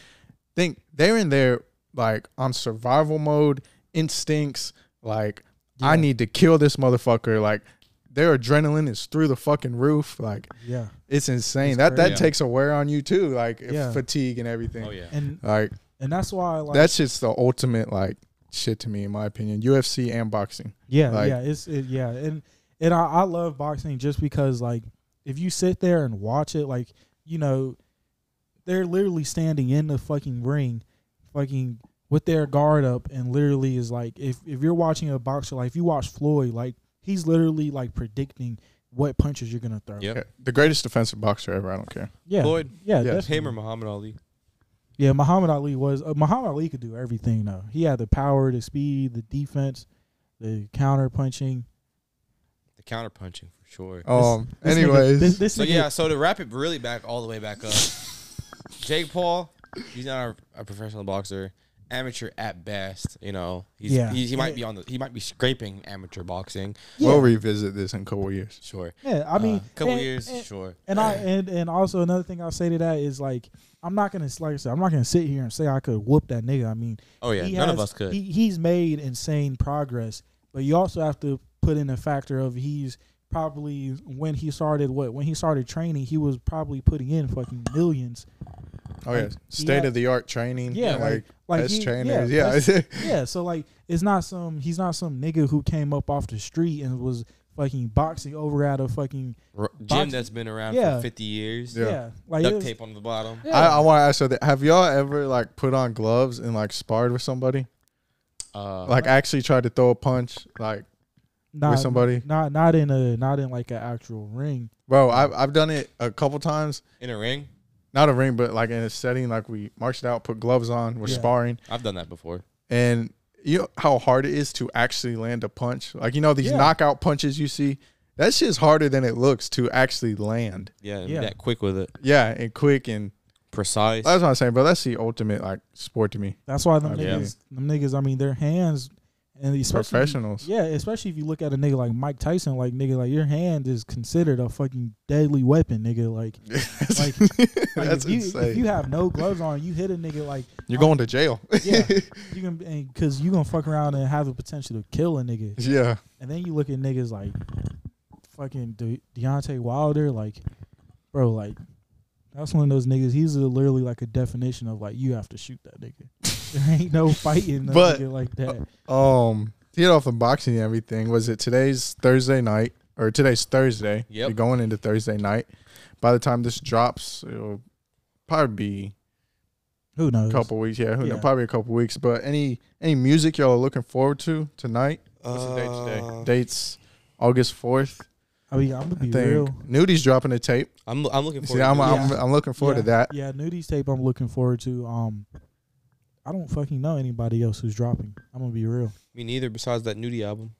C: think they're in there like on survival mode instincts like i need to kill this motherfucker like their adrenaline is through the fucking roof like
B: yeah.
C: it's insane.
B: It's
C: that that
A: crazy.
C: takes a wear on you too, like if
B: Yeah.
C: fatigue and everything.
A: Oh yeah.
B: And
C: Like
B: and that's why like
C: that shit's the ultimate like shit to me in my opinion. UFC and boxing.
B: yeah
C: like-
B: yeah it's it, yeah and and I, I love boxing just because like if you sit there and watch it like you know they're literally standing in the fucking ring fucking with their guard up and literally is like if if you're watching a boxer like if you watch Floyd like he's literally like predicting what punches you're gonna throw
A: Yep.
C: Yeah. The greatest defensive boxer ever, I don't care.
B: yeah
A: Floyd.
B: yeah
C: Yeah.
B: definitely.
A: Him or Muhammad Ali.
B: Yeah, Muhammad Ali was uh, Muhammad Ali could do everything though. He had the power, the speed, the defense, the counter punching.
A: The counter punching for sure.
C: Um
B: This nigga-
C: anyways.
B: this, this
A: So
B: nigga- *laughs*
A: yeah, so to wrap it really back all the way back up, Jake Paul, he's not a, a professional boxer, amateur at best. You know, he's,
B: Yeah.
A: he, he might be on the he might be scraping amateur boxing.
B: yeah,
C: We'll revisit this in a couple years.
A: Sure,
B: yeah, I mean,
A: Uh, couple
B: and-
A: years,
B: and,
A: sure.
B: and I and and also another thing I'll say to that is like I'm not gonna like I said, I'm not gonna sit here and say I could whoop that nigga. I mean,
A: Oh yeah,
B: he
A: none of
B: has-
A: us could.
B: He, he's made insane progress, but you also have to put in a factor of he's probably when he started what when he started training he was probably putting in fucking millions.
C: Oh yeah.
B: Like,
C: State
B: yeah.
C: of the art training.
B: Yeah,
C: like,
B: like like
C: best
B: he-
C: trainers.
B: yeah,
C: Yeah. *laughs*
B: best- *laughs* yeah, so like it's not some he's not some nigga who came up off the street and was fucking boxing over at a fucking
A: R- Gym
B: boxing-
A: that's been around
B: Yeah.
A: for fifty years.
B: yeah,
C: Yeah.
B: like it
A: Duct
B: was-
A: tape on the bottom.
B: Yeah.
C: I, I wanna ask you that have y'all ever like put on gloves and like sparred with somebody?
A: Uh,
B: Uh-huh.
C: Like actually tried to throw a punch like
B: not,
C: with somebody?
B: not not in a not in like an actual ring.
C: Bro, I've I've done it a couple times
A: in a ring,
C: not a ring, but like in a setting, like we marched out, put gloves on, we're
B: Yeah.
C: sparring,
A: I've done that before.
C: and you know how hard it is to actually land a punch. Like you know these
B: Yeah.
C: knockout punches you see, that shit's harder than it looks to actually land.
A: Yeah, and
B: Yeah.
A: that quick with it,
C: Yeah, and quick, and
A: precise.
C: that's what I'm saying, bro. That's the ultimate like sport to me.
B: That's why them
C: Okay.
B: niggas them niggas. I mean, their hands and especially
C: Professionals.
B: Yeah, especially if you look at a nigga like Mike Tyson, like nigga, like your hand is considered a fucking deadly weapon, nigga.
C: *laughs*
B: Like, like, like,
C: that's
B: if, you,
C: insane.
B: if you have no gloves on, you hit a nigga like
C: You're going to jail. *laughs*
B: yeah, you can and, cause you gonna fuck around and have the potential to kill a nigga.
C: yeah,
B: And then you look at niggas like fucking De- Deontay Wilder, like, bro, like, that's one of those niggas. He's a, literally like a definition of like, you have to shoot that nigga. *laughs* there ain't no fighting a
C: But-
B: nigga like that.
C: um, to get off the boxing and everything. Was it today's Thursday night or today's Thursday?
A: Yep.
C: We're going into Thursday night. By the time this drops, it'll probably be
B: Who knows?
C: couple weeks. Yeah, who know,
B: Yeah.
C: probably a couple weeks. But any any music y'all are looking forward to tonight?
B: Uh,
A: What's the date today?
C: Dates August fourth.
B: I mean, I'm gonna
C: I
B: be real.
C: think Nudie's dropping a tape.
A: I'm I'm looking
C: See,
A: forward.
C: I'm,
A: to it.
C: I'm, I'm looking forward
B: yeah,
C: to that.
B: Yeah, nudies tape. I'm looking forward to. Um, I don't fucking know anybody else who's dropping. I'm gonna be real.
A: Me neither. Besides that nudie album,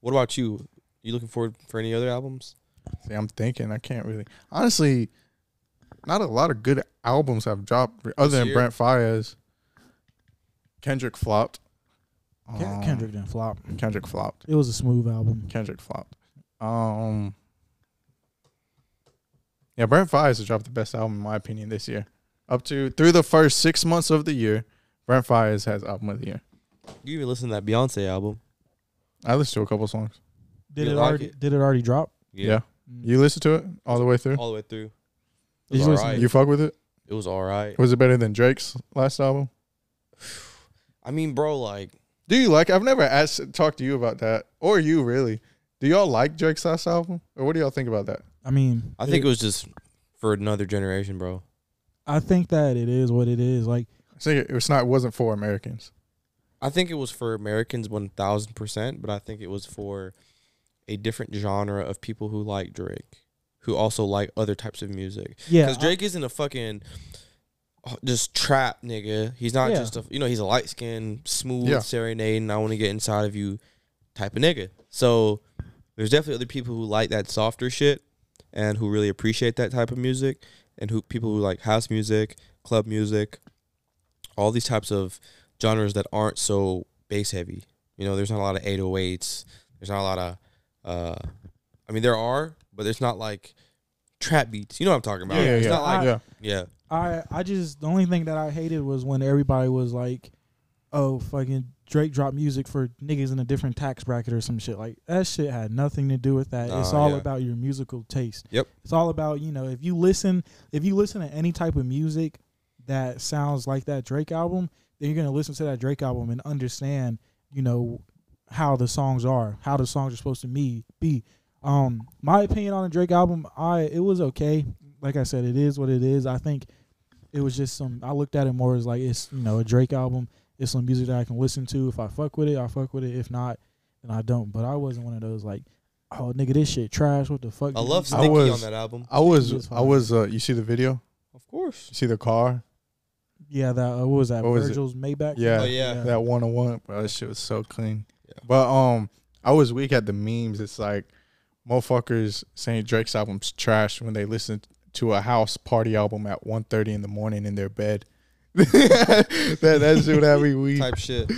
A: what about you? You looking forward for any other albums?
C: See, I'm thinking. I can't really. Honestly, not a lot of good albums have dropped re- other than
A: year?
C: Brent Fires. Kendrick flopped.
B: Ken-
C: Um,
B: Kendrick didn't flop.
C: Kendrick flopped.
B: It was a smooth album.
C: Kendrick flopped. Um. Yeah, Brent Fires has dropped the best album in my opinion this year. Up to through the first six months of the year, Brent Fires has album of the year.
A: You even listen to that Beyonce album?
C: I listened to a couple songs.
B: Did
A: You
B: it
A: like
B: already?
A: it?
B: Did it already drop?
C: Yeah. You listen to it all the way through.
A: all the way through. It
B: Did
A: was
B: you listen
A: alright.
C: You fuck with it.
A: It was all right.
C: Was it better than Drake's last album?
A: I mean, bro, like
C: Do you like? I've never asked, talked to you about that, or you really. Do y'all like Drake's last album, or what do y'all think about that?
B: I mean,
A: I think it was just for another generation, bro.
B: I think that it is what it is. Like,
C: I think it's not. It wasn't for Americans.
A: I think it was for Americans one thousand percent, but I think it was for a different genre of people who like Drake, who also like other types of music.
B: yeah,
A: Because Drake isn't a fucking oh, just trap nigga. He's not
B: Yeah.
A: just a you know he's a light skinned, smooth
C: Yeah.
A: serenading. I want to get inside of you type of nigga. So there's definitely other people who like that softer shit and who really appreciate that type of music and who people who like house music, club music, all these types of genres that aren't so bass heavy. You know, there's not a lot of 808s. There's not a lot of uh I mean there are, but there's not like trap beats. You know what I'm talking about.
C: Yeah, yeah,
A: it's
C: yeah.
A: not like
B: I-
C: yeah,
A: yeah.
B: I I just the only thing that I hated was when everybody was like, "Oh, fucking Drake dropped music for niggas in a different tax bracket or some shit." Like that shit had nothing to do with that. it's
A: Nah,
B: all
A: yeah.
B: about your musical taste.
A: Yep.
B: It's all about you know if you listen if you listen to any type of music that sounds like that Drake album, then you're gonna listen to that Drake album and understand you know how the songs are, how the songs are supposed to me be. Um, my opinion on the Drake album, I it was okay. Like I said, it is what it is. I think it was just some. I looked at it more as like it's you know a Drake album. It's some music that I can listen to. If I fuck with it, I fuck with it. If not, then I don't. But I wasn't one of those like, oh nigga, this shit trash. What the fuck?
A: I
B: did
A: love
B: he
A: Sticky
C: was-
A: on that album.
C: I
B: It
C: was.
B: was
C: I was. Uh, you see the video?
A: Of course.
C: You see the car?
B: Yeah, that uh, what was that?
C: What was it?
B: Virgil's Maybach.
C: Yeah.
A: Oh, yeah.
C: That one on one, bro. That shit was so clean.
A: Yeah.
C: But um, I was weak at the memes. It's like motherfuckers saying Drake's album's trash when they listen to a house party album at 1.30 in the morning in their bed. *laughs* that that shit would have me weak.
A: Type shit.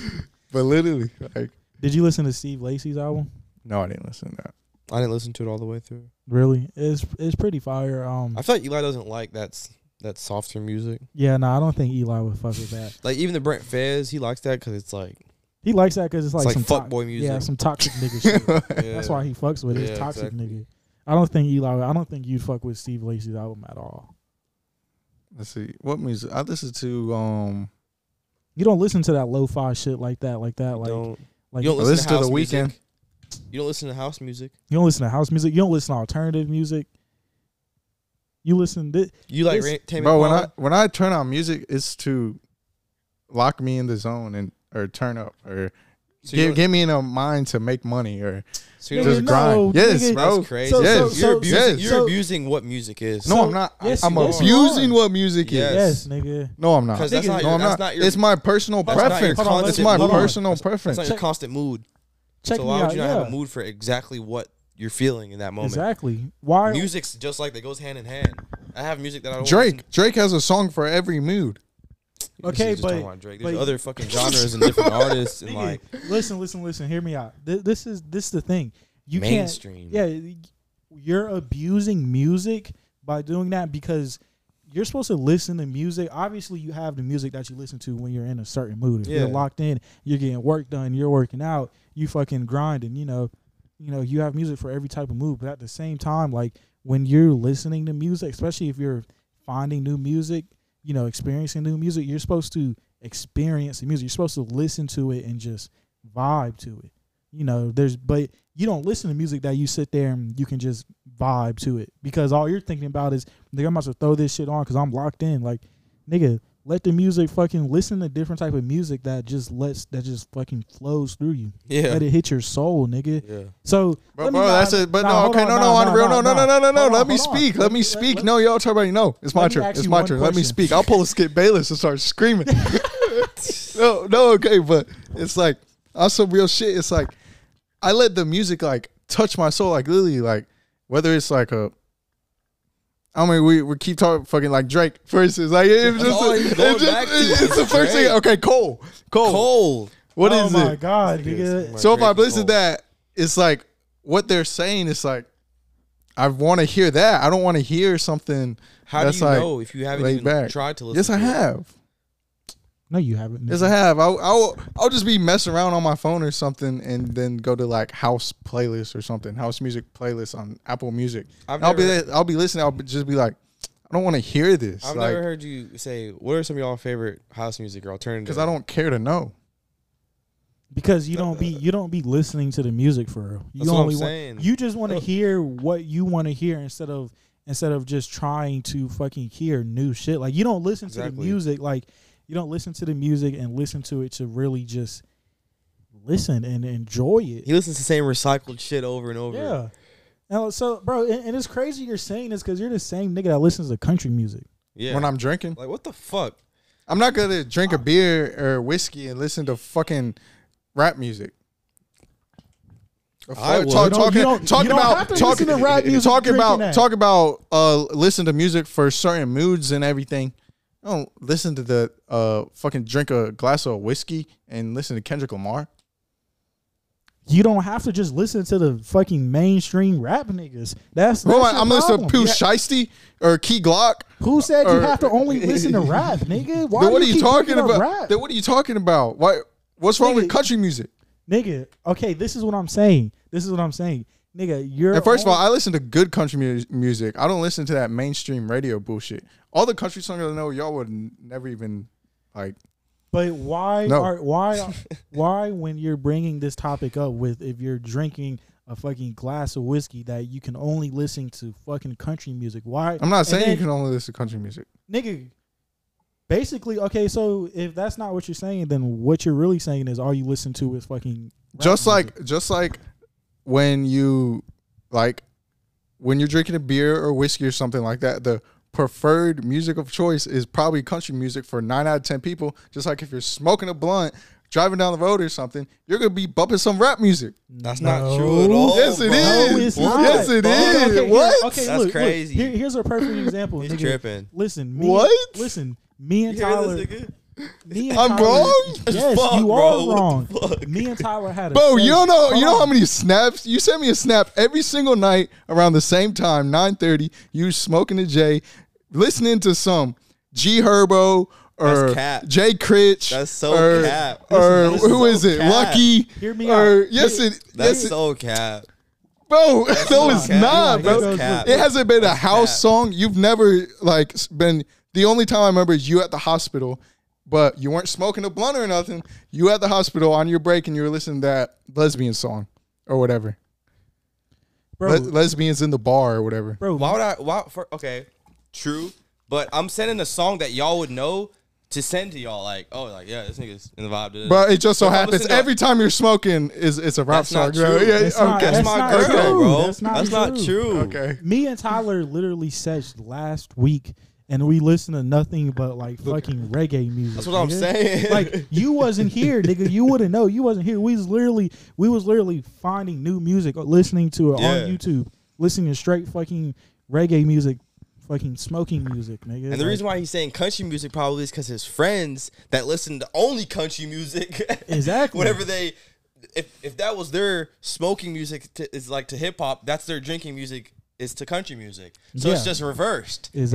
C: But literally, like,
B: Did you listen to Steve Lacy's album?
C: no, I didn't listen to that.
A: I didn't listen to it all the way through.
B: Really, it's it's pretty fire. Um,
A: I feel like Eli doesn't like that s- that softer music.
B: yeah, no, I don't think Eli would fuck with that.
A: Like even the Brent Fez, he likes that because it's like
B: He likes that because it's like,
A: like
B: some
A: fuck boy music.
B: Yeah,
A: *laughs*
B: some toxic nigga shit.
A: yeah.
B: *laughs* That's why he fucks with it.
A: Yeah,
B: It's toxic
A: exactly.
B: nigga. I don't think Eli. I don't think you'd fuck with Steve Lacy's album at all.
C: *laughs* Let's see what music I listen to. Um,
B: You don't listen to that lo-fi shit like that, like that,
A: You
B: like
A: don't,
B: like
A: you don't
C: I
A: listen, to,
C: listen to The
A: house music.
C: Weeknd.
A: You don't listen to house music.
B: you don't listen to house music. You don't listen to alternative music. You listen to
A: You like
B: This-
A: Ran- Tame
C: bro, when I
A: Impala?
C: when I turn on music, it's to lock me in the zone and or turn up or
A: So you
C: get,
A: don't-
C: get me in a mind to make money or
A: so you
B: Nigga,
A: don't-
C: just grind.
B: no,
C: yes,
B: nigga.
C: bro.
A: That's crazy.
B: So-
C: Yes. so-
A: you're, abusing,
C: yes.
A: you're
B: so-
A: abusing what music is.
C: No,
B: So-
C: I'm not.
B: yes,
C: I'm
B: you are.
C: abusing what music
A: Yes.
B: yes,
C: is.
B: nigga.
C: No, I'm not.
A: because that's
B: Nigga,
A: not
C: no,
A: your,
C: I'm
A: that's
C: not.
A: not your
C: it's my personal
A: that's not your
C: preference.
A: constant
C: It's my
A: mood.
C: personal
A: that's
C: preference.
A: not your
B: Check-
A: constant mood.
B: Check
A: so
B: me
A: why
B: out.
A: would you not
B: yeah,
A: have a mood for exactly what you're feeling in that moment?
B: exactly. Why?
A: Music's just like that goes hand in hand. I have music that I don't listen-
C: Drake. Drake has a song for every mood.
A: This is
B: Okay,
A: just talking
B: but-
A: about Drake. there's
B: but-
A: other fucking genres and different artists and
B: Nigga,
A: like
B: listen, listen, listen. Hear me out. Th- this is this is the thing. You can't.
A: mainstream.
B: Yeah, y- you're abusing music by doing that because you're supposed to listen to music. Obviously, you have the music that you listen to when you're in a certain mood. If
A: Yeah.
B: you're locked in, you're getting work done, you're working out, you fucking grinding, you know. You know, you have music for every type of mood, but at the same time, like when you're listening to music, especially if you're finding new music, you know, experiencing new music, you're supposed to experience the music. You're supposed to listen to it and just vibe to it. You know, there's but you don't listen to music that you sit there and you can just vibe to it because all you're thinking about is nigga, I'm about to throw this shit on because I'm locked in. Like, nigga, let the music fucking listen to different type of music that just lets that just fucking flows through you.
A: Yeah.
B: Let it hit your soul, nigga.
A: Yeah.
B: So,
C: Bro,
B: let me
C: bro,
B: not-
C: that's it. But
B: nah,
C: no,
B: hold
C: okay,
B: on,
C: no,
B: nah,
C: no, on
B: nah,
C: real,
B: nah,
C: no, no,
B: nah.
C: no, no, no,
B: Hold
C: no.
B: on,
C: Let me
B: hold on.
C: speak. Let me
B: Let-
C: speak.
B: let-
C: No, y'all talk about it. No, it's my
B: Let me
C: turn.
B: ask
C: It's
B: you
C: my
B: one
C: turn. Let me
B: question.
C: speak. I'll pull a Skip Bayless and
B: *laughs*
C: start screaming. *laughs* no, no, okay, but it's like on some real shit. It's like I let the music like touch my soul, like literally, like whether it's like a. I mean, we, we keep talking fucking like Drake first. It's like it's
A: That's
C: just,
B: oh,
A: all he's
C: it's,
A: going
C: just-
A: back to.
C: it's the
A: It's
C: first thing.
A: Drake.
C: Okay, Cole, Cole,
A: Cold.
C: What
B: oh
C: is
B: my
C: it?
B: god,
A: Yes.
B: nigga.
A: My
C: So if
A: Drake
C: I
A: and
C: listen
A: Cole.
C: to that, it's like what they're saying is like, I want to hear that. I don't want to hear something.
A: How
C: that's
A: do you
C: like
A: know if you haven't
C: laid
A: even
C: back.
A: tried to listen?
C: Yes, I
A: to it?
C: have.
B: No, you haven't.
C: Yes,
B: nigga.
C: I have. I'll, I'll I'll just be messing around on my phone or something, and then go to like house playlist or something, house music playlist on Apple Music.
A: I've
C: And I'll be
A: never-
C: there- I'll be listening. I'll be- just be like, I don't want to hear this,
A: I've
C: like
A: never heard you say what are some of y'all favorite house music or alternative?
C: because I don't care to know.
B: because you don't be you don't be listening to the music for real. You
A: That's what I'm
B: only
A: saying.
B: want you just want to
A: Look.
B: hear what you want to hear instead of instead of just trying to fucking hear new shit. Like you don't listen to the
A: Exactly.
B: music like you don't listen to the music and listen to it to really just listen and enjoy it.
A: He listens to the same recycled shit over and over.
B: Yeah. And so, bro, and, and it's crazy you're saying this because you're the same nigga that listens to country music.
A: Yeah.
C: When I'm drinking,
A: like, what the fuck?
C: I'm not gonna drink a beer or whiskey and listen to fucking rap music.
A: I would.
B: You
C: Talk-
B: don't-
C: talking
B: you don't-
C: talking
B: you don't have
C: about
B: to
C: talking
B: listen to rap music
C: talking
B: drinking
C: about
B: that.
C: talking about uh listen to music for certain moods and everything. I don't listen to the uh fucking drink a glass of whiskey and listen to Kendrick Lamar.
B: You don't have to just listen to the fucking mainstream rap niggas. That's, that's
C: Bro,
B: your
C: I'm listening to Pooh
B: problem.
C: Shiesty or Key Glock.
B: Who said you
C: Or-
B: have to
C: *laughs*
B: only listen to rap, nigga? Why
C: Then what
B: do
C: are
B: you,
C: you
B: keep
C: talking
B: bringing up
C: about?
B: Rap?
C: Then what are you talking about? Why? What's wrong with
B: Nigga.
C: country music?
B: nigga, okay, this is what I'm saying. This is what I'm saying. Nigga, you're
C: And first of all,
B: on-
C: I listen to good country mu- music. I don't listen to that mainstream radio bullshit. All the country songs I know, y'all would n- never even like.
B: but why
C: No.
B: are
C: *laughs*
B: why why when you're bringing this topic up with if you're drinking a fucking glass of whiskey that you can only listen to fucking country music? Why
C: I'm not
B: and
C: saying
B: then-
C: you can only listen to country music.
B: nigga. Basically, okay, so if that's not what you're saying, then what you're really saying is all you listen to is fucking rap
C: just
B: music.
C: like, just like when you like when you're drinking a beer or whiskey or something like that, the preferred music of choice is probably country music for nine out of ten people. Just like if you're smoking a blunt, driving down the road or something, you're gonna be bumping some rap music.
A: That's not true at all.
C: Yes, it
A: bro.
C: is.
B: No, it's
C: What?
B: not.
C: Yes, it
B: Okay,
C: is.
B: okay, here-
C: What?
B: okay,
A: That's
B: look, look,
A: crazy.
B: here- here's a
C: *laughs*
B: perfect example.
A: He's
B: nigga.
A: tripping.
B: Listen, me,
C: What?
B: Listen, me
A: You
B: and
A: hear
B: Tyler.
A: this nigga?
B: Me and
C: I'm
B: Tyler,
C: wrong?
B: Yes,
A: Fuck,
B: you
A: bro.
B: are
A: What the
B: wrong.
A: fuck?
B: Me and Tyler had a.
C: Bro, you
B: session.
C: don't know. You
B: Hold
C: know
B: on.
C: how many snaps you sent me a snap every single night around the same time, nine thirty. You smoking a J, listening to some G Herbo
A: That's
C: or
A: cap.
C: J Critch.
A: That's so
C: or,
A: cap.
C: Or
A: That's
C: who
A: so
C: is it?
A: cap.
C: Lucky.
B: Hear me
C: or,
B: out.
C: Yes, it.
A: *laughs* That's
C: yes, it-
A: so cap.
C: bro. No, it's
A: cap.
C: not,
B: It
C: bro.
B: goes-
A: Cap.
C: It hasn't been a
A: That's
C: house
A: cap.
C: song. You've never like s- been. The only time I remember is you at the hospital, but you weren't smoking a blunt or nothing. You at the hospital on your break and you were listening to that lesbian song or whatever.
B: bro.
C: Le- lesbians in the bar or whatever.
B: bro,
A: Why would I? Why? For, okay, true. But I'm sending a song that y'all would know to send to y'all. Like, oh, like yeah, this nigga's in the vibe. to this.
C: But it just so
A: If I
C: happens
A: listen to-
C: every time you're smoking is it's a rap
A: That's
C: song.
A: not
C: bro.
A: true.
C: Yeah,
B: That's
C: okay.
B: not-
A: that's my
B: not
A: girl,
B: true.
A: bro.
B: That's not true.
C: Okay.
B: me and Tyler literally session last week, and we listened to nothing but like fucking reggae music.
A: That's what I'm
B: nigga.
A: saying.
B: *laughs* Like you wasn't here, nigga. You wouldn't know. You wasn't here. We was literally, we was literally finding new music, or listening to it
A: Yeah.
B: on YouTube, listening to straight fucking reggae music, fucking smoking music, nigga.
A: And the reason why he's saying country music probably is because his friends that listen to only country music, *laughs*
B: Exactly.
A: whatever they, if if that was their smoking music to, is like to hip hop, that's their drinking music is to country music. So it's
B: Yeah.
A: just reversed. It just,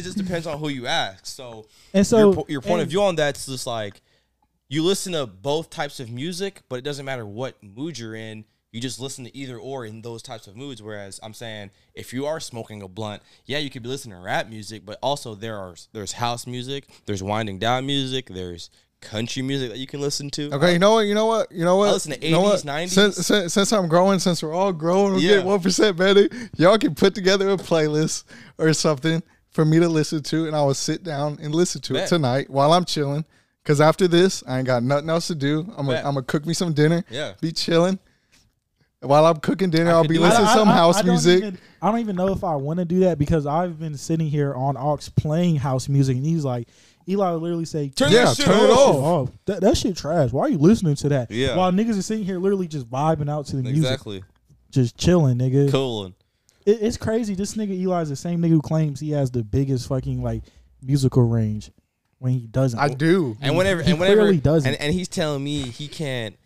A: a- it just depends on who you ask. So
B: and so
A: your, po- your point
B: and-
A: of view on that's just like you listen to both types of music, but it doesn't matter what mood you're in. You just listen to either or in those types of moods. Whereas I'm saying, if you are smoking a blunt, yeah, you could be listening to rap music, but also there are there's house music, there's winding down music, there's country music that you can listen to.
C: Okay, you know what? You know what? You know what?
A: listen to
C: you know
A: 80s,
C: what?
A: 90s.
C: Since, since, since I'm growing, since we're all growing, we're
A: Yeah.
C: getting one percent better. Y'all can put together a playlist or something for me to listen to, and I will sit down and listen to
A: Bet.
C: it tonight while I'm chilling. Cause after this, I ain't got nothing else to do. I'm gonna
A: Bet.
C: I'm gonna cook me some dinner.
A: Yeah.
C: be chilling. While I'm cooking dinner,
A: I
C: I'll
A: could
C: be
A: do that.
C: listening to
A: I-
C: some house
B: don't
C: music.
B: even- I don't even know if I want to do that because I've been sitting here on aux playing house music, and he's like, Eli will literally say,
A: Turn
C: Yeah,
A: that shit
C: turn it
B: that
A: off.
B: shit off. That, that shit trash. Why are you listening to that?
A: Yeah.
B: While niggas are sitting here literally just vibing out to the music,
A: Exactly.
B: just chilling, nigga.
A: Cool.
B: It, it's crazy. This nigga Eli is the same nigga who claims he has the biggest fucking like musical range when he doesn't.
C: I do.
A: And whenever
B: He
A: and whenever
B: clearly doesn't.
A: and, and he's telling me he can't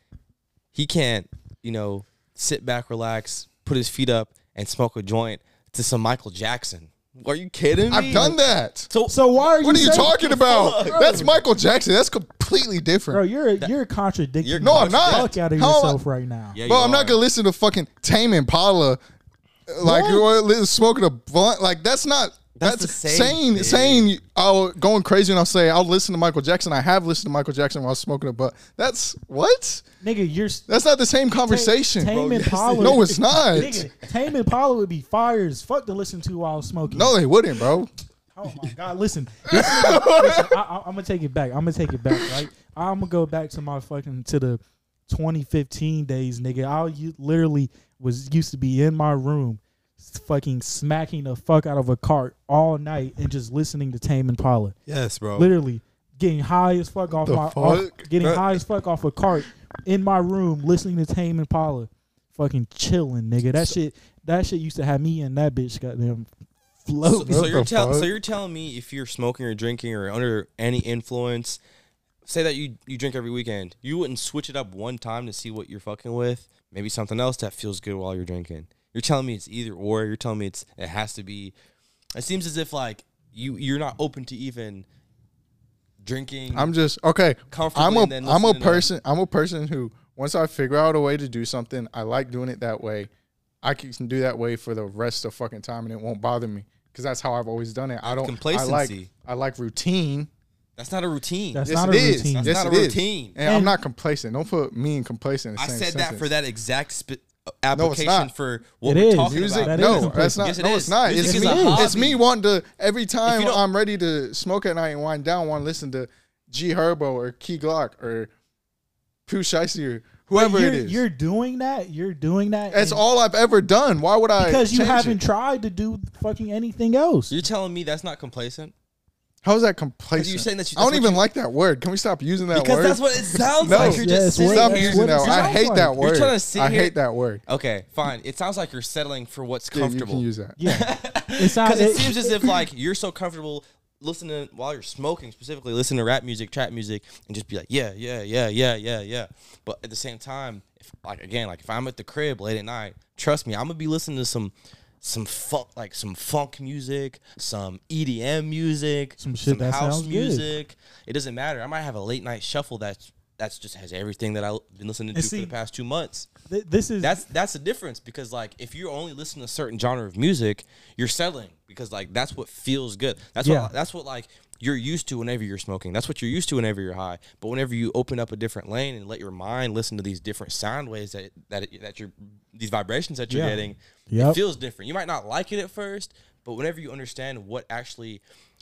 A: he can't, you know, sit back, relax, put his feet up and smoke a joint to some Michael Jackson. Are you kidding me?
C: I've done that.
A: So,
B: So why are you?
C: What are you
B: saying-
C: talking about?
A: Fuck.
C: That's Michael Jackson. That's completely different.
B: bro? You're you're contradicting.
A: You're-
B: the
A: No,
C: I'm not.
B: Fuck out of
C: How am I-
B: yourself right now.
A: Yeah,
C: Bro,
A: you
C: I'm
A: are.
C: not gonna listen to fucking Tame Impala, uh, like
B: What?
C: you are li- smoking a blunt. Like that's not
A: That's
C: that's,
A: the same
C: sane.
A: thing.
C: Sane. I'll going crazy and I'll say I'll listen to Michael Jackson. I have listened to Michael Jackson while smoking a blunt. That's what?
B: Nigga, you're s-
C: That's not the same conversation.
B: Tame
A: bro.
B: Impala.
C: no, it's not.
B: Nigga, Tame Impala would be fire as fuck to listen to while smoking.
C: No, they wouldn't, bro.
B: Oh my god! Listen, this nigga- listen, I, I, I'm gonna take it back. I'm gonna take it back. Right? I'm gonna go back to my fucking to the 2015 days, nigga. I u- literally was used to be in my room, s- fucking smacking the fuck out of a cart all night and just listening to Tame Impala.
A: Yes, bro.
B: Literally getting high as fuck off
C: Oh. The
B: my off-
C: fuck?
B: getting
A: Bro.
B: high as fuck off a cart in my room, listening to Tame Impala, fucking chilling, nigga. That shit, that shit used to have me and that bitch goddamn
A: So,
B: floating.
A: so
C: Oh, What
A: you're
C: the
A: tell, so
C: fuck?
A: you're telling me if you're smoking or drinking or under any influence, say that you you drink every weekend, you wouldn't switch it up one time to see what you're fucking with. Maybe something else that feels good while you're drinking. You're telling me it's either or. You're telling me it's it has to be. It seems as if like you you're not open to even drinking.
C: I'm just okay.
A: Comfortably
C: I'm a
A: and then
C: I'm a
A: listening to them.
C: person. I'm a person who once I figure out a way to do something, I like doing it that way. I can do that way for the rest of fucking time, and it won't bother me because that's how I've always done it. I don't I like
A: complacency.
C: I like routine.
A: that's not a routine.
B: That's
C: yes,
B: not
C: it
B: a
C: is.
B: routine.
A: That's
C: yes,
A: not a
C: it is.
A: routine.
C: And, I'm
B: And-
C: not complacent. Don't put me and complacent. In the
A: I
C: same
A: said that for
C: sentence.
A: that exact sp- application
C: not.
A: for what
B: It
A: we're
B: is.
A: talking
C: Music,
A: about.
B: That is
C: no,
B: complacent.
C: that's not.
A: Yes, it
C: no,
A: is.
C: it's not.
A: Music
C: it's
A: is
C: me.
A: a
C: It's
A: hobby.
C: me wanting to every time
A: don't-
C: I'm ready to smoke at night and wind down, want to listen to G Herbo or Key Glock or Pooh Shiesty or whoever
B: you're,
C: it is.
B: You're doing that. You're doing that.
C: That's
B: and-
C: all I've ever done. Why would I?
B: because you
C: change
B: haven't
C: It?
B: tried to do fucking anything else.
A: You're telling me that's not complacent
C: How is that complacent?
A: Because you're saying that you-
C: I don't
A: that's what
C: even
A: you-
C: like that word. Can we stop using that
A: because
C: word?
A: that's what it sounds
C: *laughs* No.
A: like. You're
B: Yeah,
A: just
B: it's what-
A: sitting
C: stop
B: that's
A: there.
C: using that.
B: it
C: word. I
B: sounds
C: hate
B: like.
C: that word.
A: trying to sit
C: I
A: here-
C: hate that word.
A: Okay, fine. It sounds like you're settling for what's
C: Yeah, you can
A: comfortable.
C: use that. *laughs*
B: Yeah, it sounds.
A: Because it seems as if like you're so comfortable listening while you're smoking, specifically listening to rap music, trap music, and just be like, yeah, yeah, yeah, yeah, yeah, yeah. But at the same time, if like again, like if I'm at the crib late at night, trust me, I'm gonna be listening to some some funk like some funk music, some EDM music,
B: Some shit that sounds
A: house
B: good.
A: music. It doesn't matter. I might have a late night shuffle that's that's just has everything that I've been listening to
B: see,
A: for the past two months.
B: *laughs* Th- this is
A: That's that's the difference because like if you're only listening to a certain genre of music, you're selling because like that's what feels good. That's
B: Yeah.
A: what that's what like you're used to whenever you're smoking. That's what you're used to whenever you're high. But whenever you open up a different lane and let your mind listen to these different sound waves that that that you're these vibrations that you're
B: Yeah.
A: getting, it
B: Yep.
A: feels different. You might not like it at first, but whenever you understand what actually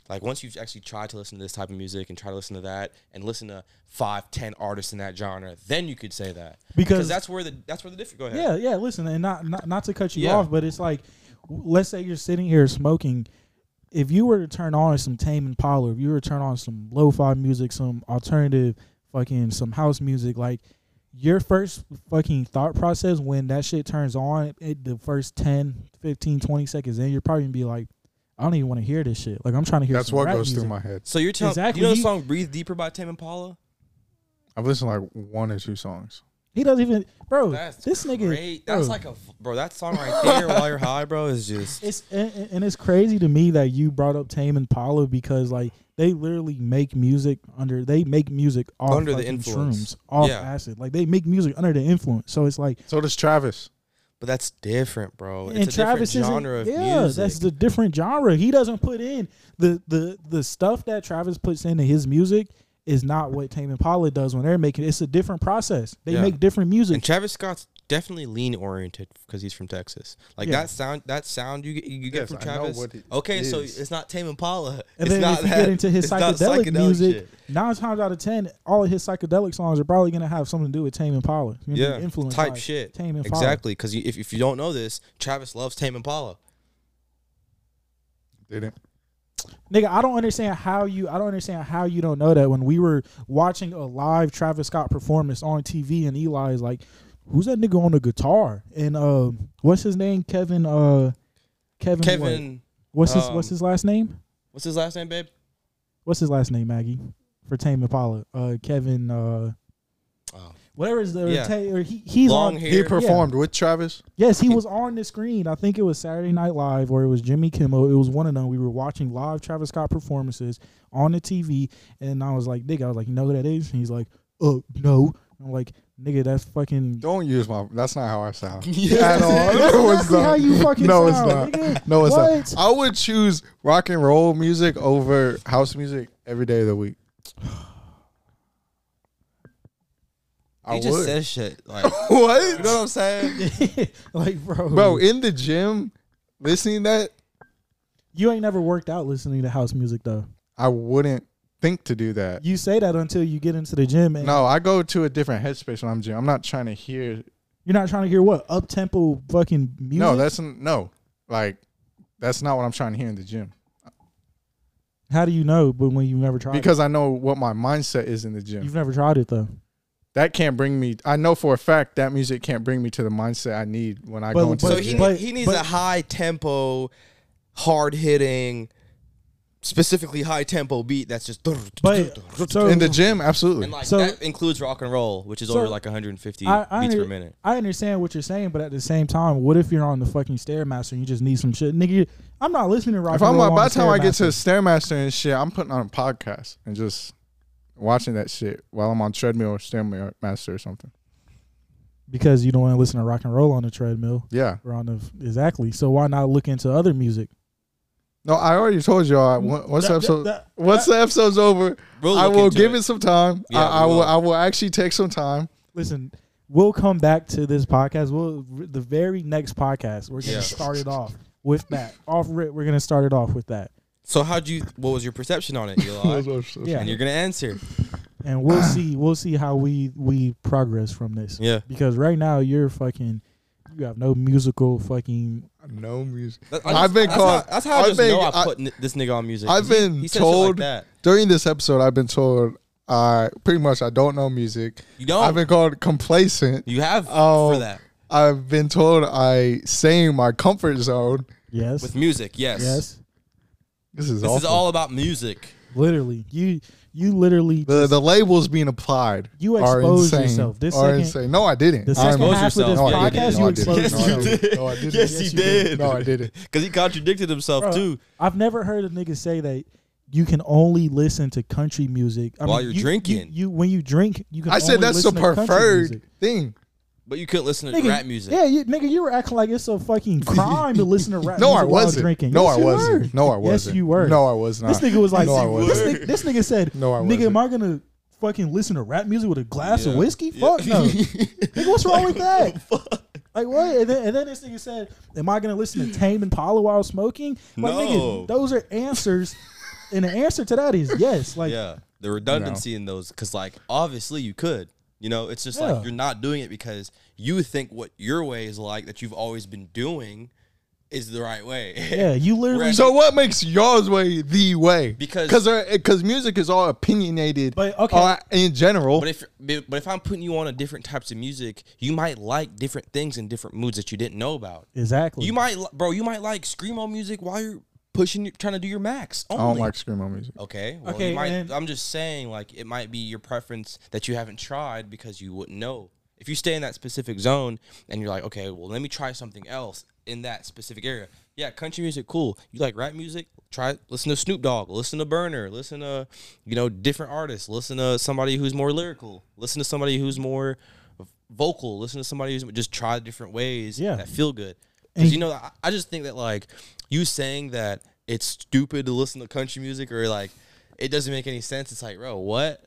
A: like once you've actually tried to listen to this type of music and try to listen to that and listen to five, ten artists in that genre, then you could say that
B: Because-
A: that's where the that's where the difference. Go ahead.
B: yeah, yeah. Listen, and not not, not to cut you
A: Yeah.
B: off, but it's like, w- let's say you're sitting here smoking. If you were to turn on some Tame Impala, if you were to turn on some lo-fi music, some alternative fucking some house music, like your first fucking thought process when that shit turns on, it, the first 10, 15, 20 seconds in, you're probably gonna be like, I don't even want to hear this shit. Like I'm trying to hear.
C: That's
B: some
C: what
B: rap
C: goes
B: music.
C: through my head.
A: So you're telling
B: Exactly.
A: you know the
B: You-
A: song "Breathe Deeper" by Tame Impala?
C: I've listened to like one or two songs.
B: He doesn't even, bro.
A: That's
B: this nigga,
A: great. That's
B: bro.
A: like a bro. That song right there while you're high, bro, is just
B: It's and, and- and it's crazy to me that you brought up Tame and Paula because like they literally make music under they make music off
A: Under the
B: fucking
A: influence.
B: shrooms, off
A: Yeah.
B: acid. Like they make music under the influence. So it's like
C: So does Travis.
A: but that's different, bro. It's
B: and
A: a
B: Travis
A: different
B: isn't-
A: genre of
B: yeah,
A: music.
B: that's the different genre. He doesn't put in the the the stuff that Travis puts into his music is not what Tame and Paula does when they're making. It's a different process. They
A: Yeah.
B: make different music.
A: and Travis Scott's definitely lean oriented because he's from Texas. Like
B: Yeah.
A: that sound, that sound you get- you get
C: Yes,
A: from
C: I know
A: Travis.
C: what it
A: Okay, so
C: is.
A: it's not Tame Impala.
B: And
A: it's
B: then
A: not
B: if you
A: that,
B: get into his
A: it's not
B: psychedelic, music,
A: shit.
B: nine times out of ten, all of his psychedelic songs are probably gonna have something to do with Tame Impala. It's gonna be
A: yeah,
B: influenced
A: type
B: by
A: shit.
B: Tame Impala.
A: Exactly, because if if you don't know this, Travis loves Tame Impala.
C: Didn't.
B: Nigga, I don't understand how you I don't understand how you don't know that when we were watching a live Travis Scott performance on TV and Eli is like, Who's that nigga on the guitar? And um what's his name? Kevin uh Kevin, what?
A: Kevin,
B: what's his what's
A: um,
B: his last name?
A: what's his last name, babe?
B: What's his last name, Maggie? For Tame Impala. Uh Kevin uh
A: Oh.
B: whatever is the
A: Yeah.
B: ta- or he, he's
A: Long
B: on
A: hair.
C: He performed with Travis.
B: Yes, he was on the screen. I think it was Saturday Night Live or it was Jimmy Kimmel. It was one of them. We were watching live Travis Scott performances on the TV, and I was like, "Nigga," I was like, "You know who that is?" And he's like, "Uh, no." I'm like, "Nigga, that's fucking."
C: Don't use my. That's not how
B: *laughs*
C: I sound.
A: Yeah.
C: At all.
B: That's
C: *laughs* No, it's
B: exactly
C: not.
B: how you fucking
C: No, it's
B: sound,
C: not.
B: nigga.
C: No, it's
B: What?
C: not. I would choose rock and roll music over house music every day of
A: *sighs*
C: the week. I
A: He
C: would.
A: just
C: *laughs*
A: says shit. Like,
C: what?
A: you know what I'm saying?
B: *laughs* like, bro,
C: Bro, in the gym, listening to that,
B: you ain't never worked out listening to house music though.
C: I wouldn't think to do that.
B: You say that until you get into the gym, and
C: No, I go to a different headspace when I'm gym. I'm not trying to hear.
B: you're not trying to hear what up tempo fucking music.
C: No, that's n- no. Like, that's not what I'm trying to hear in the gym
B: how do you know? But when you've never tried,
C: because I know what my mindset is in the
B: it?
C: gym.
B: you've never tried it though.
C: that can't bring me. I know for a fact that music can't bring me to the mindset I need when I
B: But-
C: go into.
A: So
C: the
A: he
C: gym.
B: but-
A: he needs
B: but-
A: a high tempo, hard hitting, specifically high tempo beat that's just.
B: But so
C: in the gym,
A: *laughs*
C: absolutely.
A: and like
B: so-
A: that includes rock and roll, which is
B: so-
A: over like 150
B: I- I
A: beats per
B: under-
A: minute.
B: I understand what you're saying, but at the same time, what if you're on the fucking stairmaster and you just need some shit, nigga? you- I'm not listening to rock.
C: if
B: and
C: I'm
B: roll
C: like,
B: on
C: by the time I get to the
B: Stairmaster.
C: stairmaster and shit, I'm putting on a podcast and just watching that shit while I'm on treadmill or stairmaster or something.
B: because you don't want to listen to rock and roll on the treadmill
C: Yeah.
B: or on the exactly. So why not look into other music?
C: No, I already told y'all. I- on- Once the
B: That-
C: episode,
B: that- that-
C: once the episode's over,
A: We'll
C: I
A: look
C: will
A: into
C: give
A: it.
C: it. some time.
A: Yeah,
C: I, I
A: we
C: will.
A: will.
C: I will actually take some time.
B: Listen, we'll come back to this podcast. We'll the very next podcast we're gonna
A: Yeah.
B: start it off with that. Off rip, we're gonna start it off with that,
A: So how'd you? What was your perception on
C: *laughs*
A: it, Eli?
B: Yeah.
A: And you're gonna answer.
B: and
C: *clears throat*
B: we'll see. We'll see how we we progress from this.
A: Yeah.
B: Because right now you're fucking, you have no musical fucking
C: No music.
A: That- I
C: I've been
A: that's
C: called.
A: How, that's how I
C: I've
A: just
C: been-
A: know I
C: I-
A: put n- this nigga on music.
C: I've
A: 'cause he-
C: been
A: he said shit like
C: told-
A: that.
C: During this episode, I've been told I pretty much I don't know music.
A: you don't.
C: I've been called complacent.
A: you have
C: Oh.
A: for that
C: I've been told I stay in my comfort zone.
B: yes.
A: with music. Yes.
B: Yes,
C: This is
A: This
C: awful.
A: is all about music.
B: literally. You you literally
C: the the labels being applied.
B: You
C: are
B: exposed
C: insane,
B: yourself. This
C: are
B: second-
C: insane. No, I didn't.
B: the
C: I'm-
B: second
A: exposed
B: half
A: yourself.
C: No, Oh, I
B: of
C: didn't.
B: this podcast you
C: No, I didn't.
B: exposed
C: Yes, you
B: yourself.
C: did. No, I didn't.
A: Yes,
B: Yes,
A: he
B: you did.
A: did.
C: No, I didn't.
A: Because he contradicted himself
B: Bro,
A: too.
B: I've never heard a nigga say that you can only listen to country music I
A: While
B: mean,
A: you're
B: you- you-
A: drinking.
B: You, when you drink, you can.
C: I said
B: only
C: that's the
B: listen to country
C: preferred
B: music.
C: thing.
A: But you couldn't listen to
B: Nigga,
A: rap music.
B: Yeah, you, nigga, you were acting like it's a
C: *laughs*
B: fucking crime to listen to rap.
C: No,
B: music
C: I
B: while
C: wasn't.
B: drinking.
C: No,
B: Yes,
C: I
B: you
C: wasn't.
B: were.
C: No, I
B: Yes,
C: wasn't.
B: you were.
C: No, I was not.
B: This nigga was like,
C: No, I
B: this,
C: wasn't.
B: nigga, this nigga said,
C: No, I
B: nigga, am
C: wasn't.
B: I gonna fucking listen to rap music with a glass of
A: Yeah.
B: whiskey?
A: Yeah. *laughs*
B: Fuck no. nigga, what's wrong with that? Like what? And then, and then this nigga said, "Am I gonna listen to Tame and Paula while smoking?" Like,
A: No.
B: nigga, those are answers, and the answer to that is yes. Like,
A: Yeah, the redundancy in those, because like obviously you could, you know, it's just
B: Yeah.
A: like you're not doing it because you think what your way is like that you've always been doing is the right way. *laughs*
B: yeah, you literally.
A: Right.
C: So what makes y'all's way the way?
A: Because-
C: because music is all opinionated.
B: But, okay.
C: uh, in general,
A: But if but if I'm putting you on a different types of music, you might like different things in different moods that you didn't know about.
B: Exactly.
A: You might, li- bro, you might like screamo music while you're pushing, your- trying to do your max.
B: Oh
C: I don't
A: only.
C: like screamo music.
A: Okay. Well,
B: Okay,
A: You might,
B: and-
A: I'm just saying, like, it might be your preference that you haven't tried because you wouldn't know. If you stay in that specific zone and you're like, okay, well, let me try something else in that specific area. Yeah, country music, cool. You like rap music? Try listen to Snoop Dogg, listen to Burner, listen to you know different artists, listen to somebody who's more lyrical, listen to somebody who's more vocal, listen to somebody who's just try different ways
B: Yeah.
A: that feel good.
B: And-
A: Because you know, I, I just think that like you saying that it's stupid to listen to country music or like it doesn't make any sense. It's like, bro, what?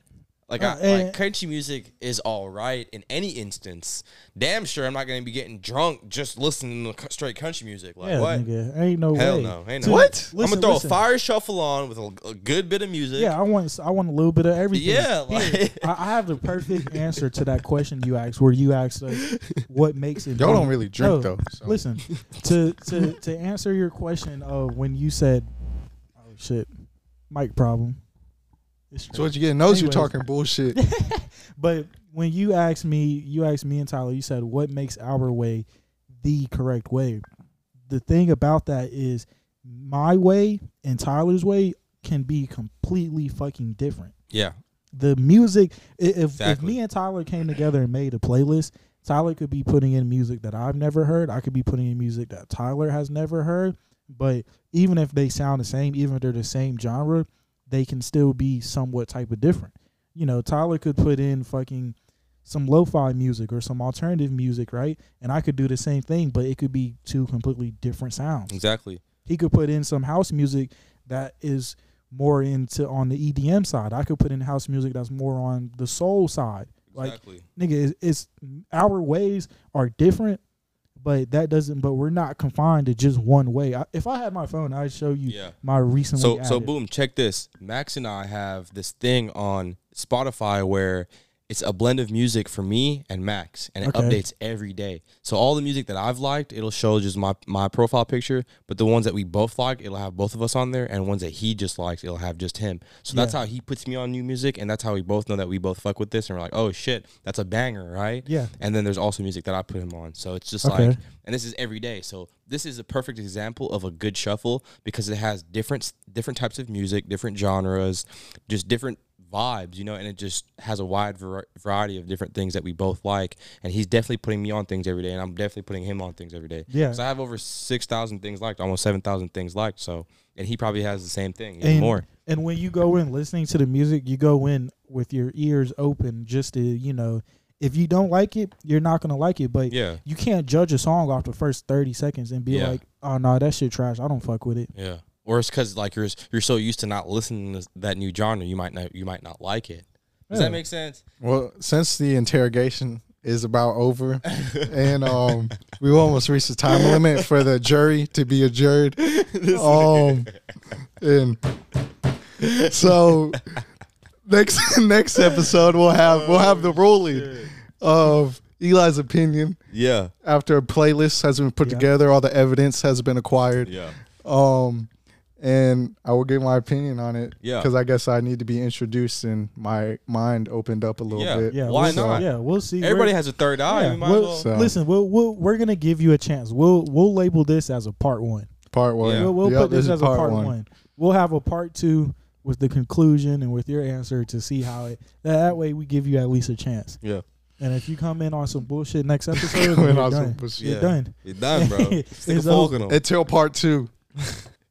A: Like,
B: Uh,
A: I,
B: eh.
A: like country music is all right in any instance. Damn sure I'm not gonna be getting drunk just listening to c- straight country music. Like
B: yeah,
A: what?
B: nigga, ain't no
A: Hell
B: way.
A: no, ain't
B: To-
A: no.
C: What?
A: I'm gonna
B: listen,
A: throw
B: listen.
A: a fire shuffle on with a, a good bit of music.
B: Yeah, I want I want a little bit of everything.
A: yeah. Like,
B: I, I have the perfect answer to that question you asked, where you asked us what makes it.
C: Y'all
B: fun.
C: don't really drink
B: No,
C: though. So.
B: Listen, to to to answer your question of when you said, "Oh shit, mic problem." It's
C: So what you getting knows you
B: Anyways.
C: talking bullshit.
B: But when you asked me, you asked me and Tyler, you said, what makes our way the correct way? The thing about that is my way and Tyler's way can be completely fucking different.
A: yeah.
B: The music, i- if, if
A: Exactly.
B: me and Tyler came together and made a playlist, Tyler could be putting in music that I've never heard. I could be putting in music that Tyler has never heard. But even if they sound the same, even if they're the same genre, they can still be somewhat type of different. You know, Tyler could put in fucking some lo-fi music or some alternative music, right? And I could do the same thing, but it could be two completely different sounds.
A: Exactly.
B: He could put in some house music that is more into on the EDM side. I could put in house music that's more on the soul side. Like
A: exactly.
B: nigga, it's, it's our ways are different, but that doesn't. But we're not confined to just one way. I, if I had my phone, I'd show you
A: Yeah.
B: my recently.
A: So so
B: added.
A: boom, check this. Max and I have this thing on Spotify where it's a blend of music for me and Max, and it
B: Okay.
A: updates every day. So all the music that I've liked, it'll show just my my profile picture, but the ones that we both like, it'll have both of us on there, and ones that he just likes, it'll have just him. So that's
B: Yeah.
A: how he puts me on new music, and that's how we both know that we both fuck with this, and we're like, oh shit, that's a banger, right?
B: Yeah.
A: And then there's also music that I put him on. So it's just
B: Okay.
A: like, and this is every day. So this is a perfect example of a good shuffle because it has different different types of music, different genres, just different vibes, you know, and it just has a wide var- variety of different things that we both like. And he's definitely putting me on things every day, and I'm definitely putting him on things every day.
B: Yeah.
A: So I have over six thousand things liked, almost seven thousand things liked. So, and he probably has the same thing, even
B: and,
A: more.
B: And when you go in listening to the music, you go in with your ears open, just to you know, if you don't like it, you're not gonna like it. But
A: Yeah.
B: you can't judge a song off the first thirty seconds and be
A: Yeah.
B: like, oh no, that shit trash. I don't fuck with it.
A: Yeah. Or it's because like you're you're so used to not listening to that new genre, you might not you might not like it. Does
B: Yeah.
A: that make sense?
C: Well, since the interrogation is about over, and um, we almost reached the time limit for the jury to be adjourned. Um, and so next *laughs* next episode we'll have we'll have the
A: Oh,
C: ruling of Eli's opinion
A: Yeah.
C: after a playlist has been put
B: Yeah.
C: together, all the evidence has been acquired.
A: Yeah.
C: Um, and I will give my opinion on it.
A: Yeah.
C: Because I guess I need to be introduced and my mind opened up a little
A: Yeah.
C: bit.
B: Yeah,
A: Why
B: we'll,
A: not?
B: Yeah, we'll see.
A: Everybody
B: We're-
A: has a third eye.
B: yeah,
A: we might as
B: we'll-
A: well-
C: So-
B: Listen, we'll, we'll we're gonna give you a chance. We'll we'll label this as a part one.
C: Part one.
A: Yeah.
B: We'll, we'll
C: Yep,
B: put this,
C: is
B: as a part
C: *laughs*
B: one. We'll have a part two with the conclusion and with your answer to see how it. That, that way, we give you at least a chance.
A: Yeah.
B: And if you come in on some bullshit
C: *laughs*
B: next episode,
C: Coming
B: you're
C: out some
B: done. *laughs*
C: bullshit.
B: You're done.
A: You're done, bro. Stick a
B: It's
A: fork in 'em.
C: Until part two.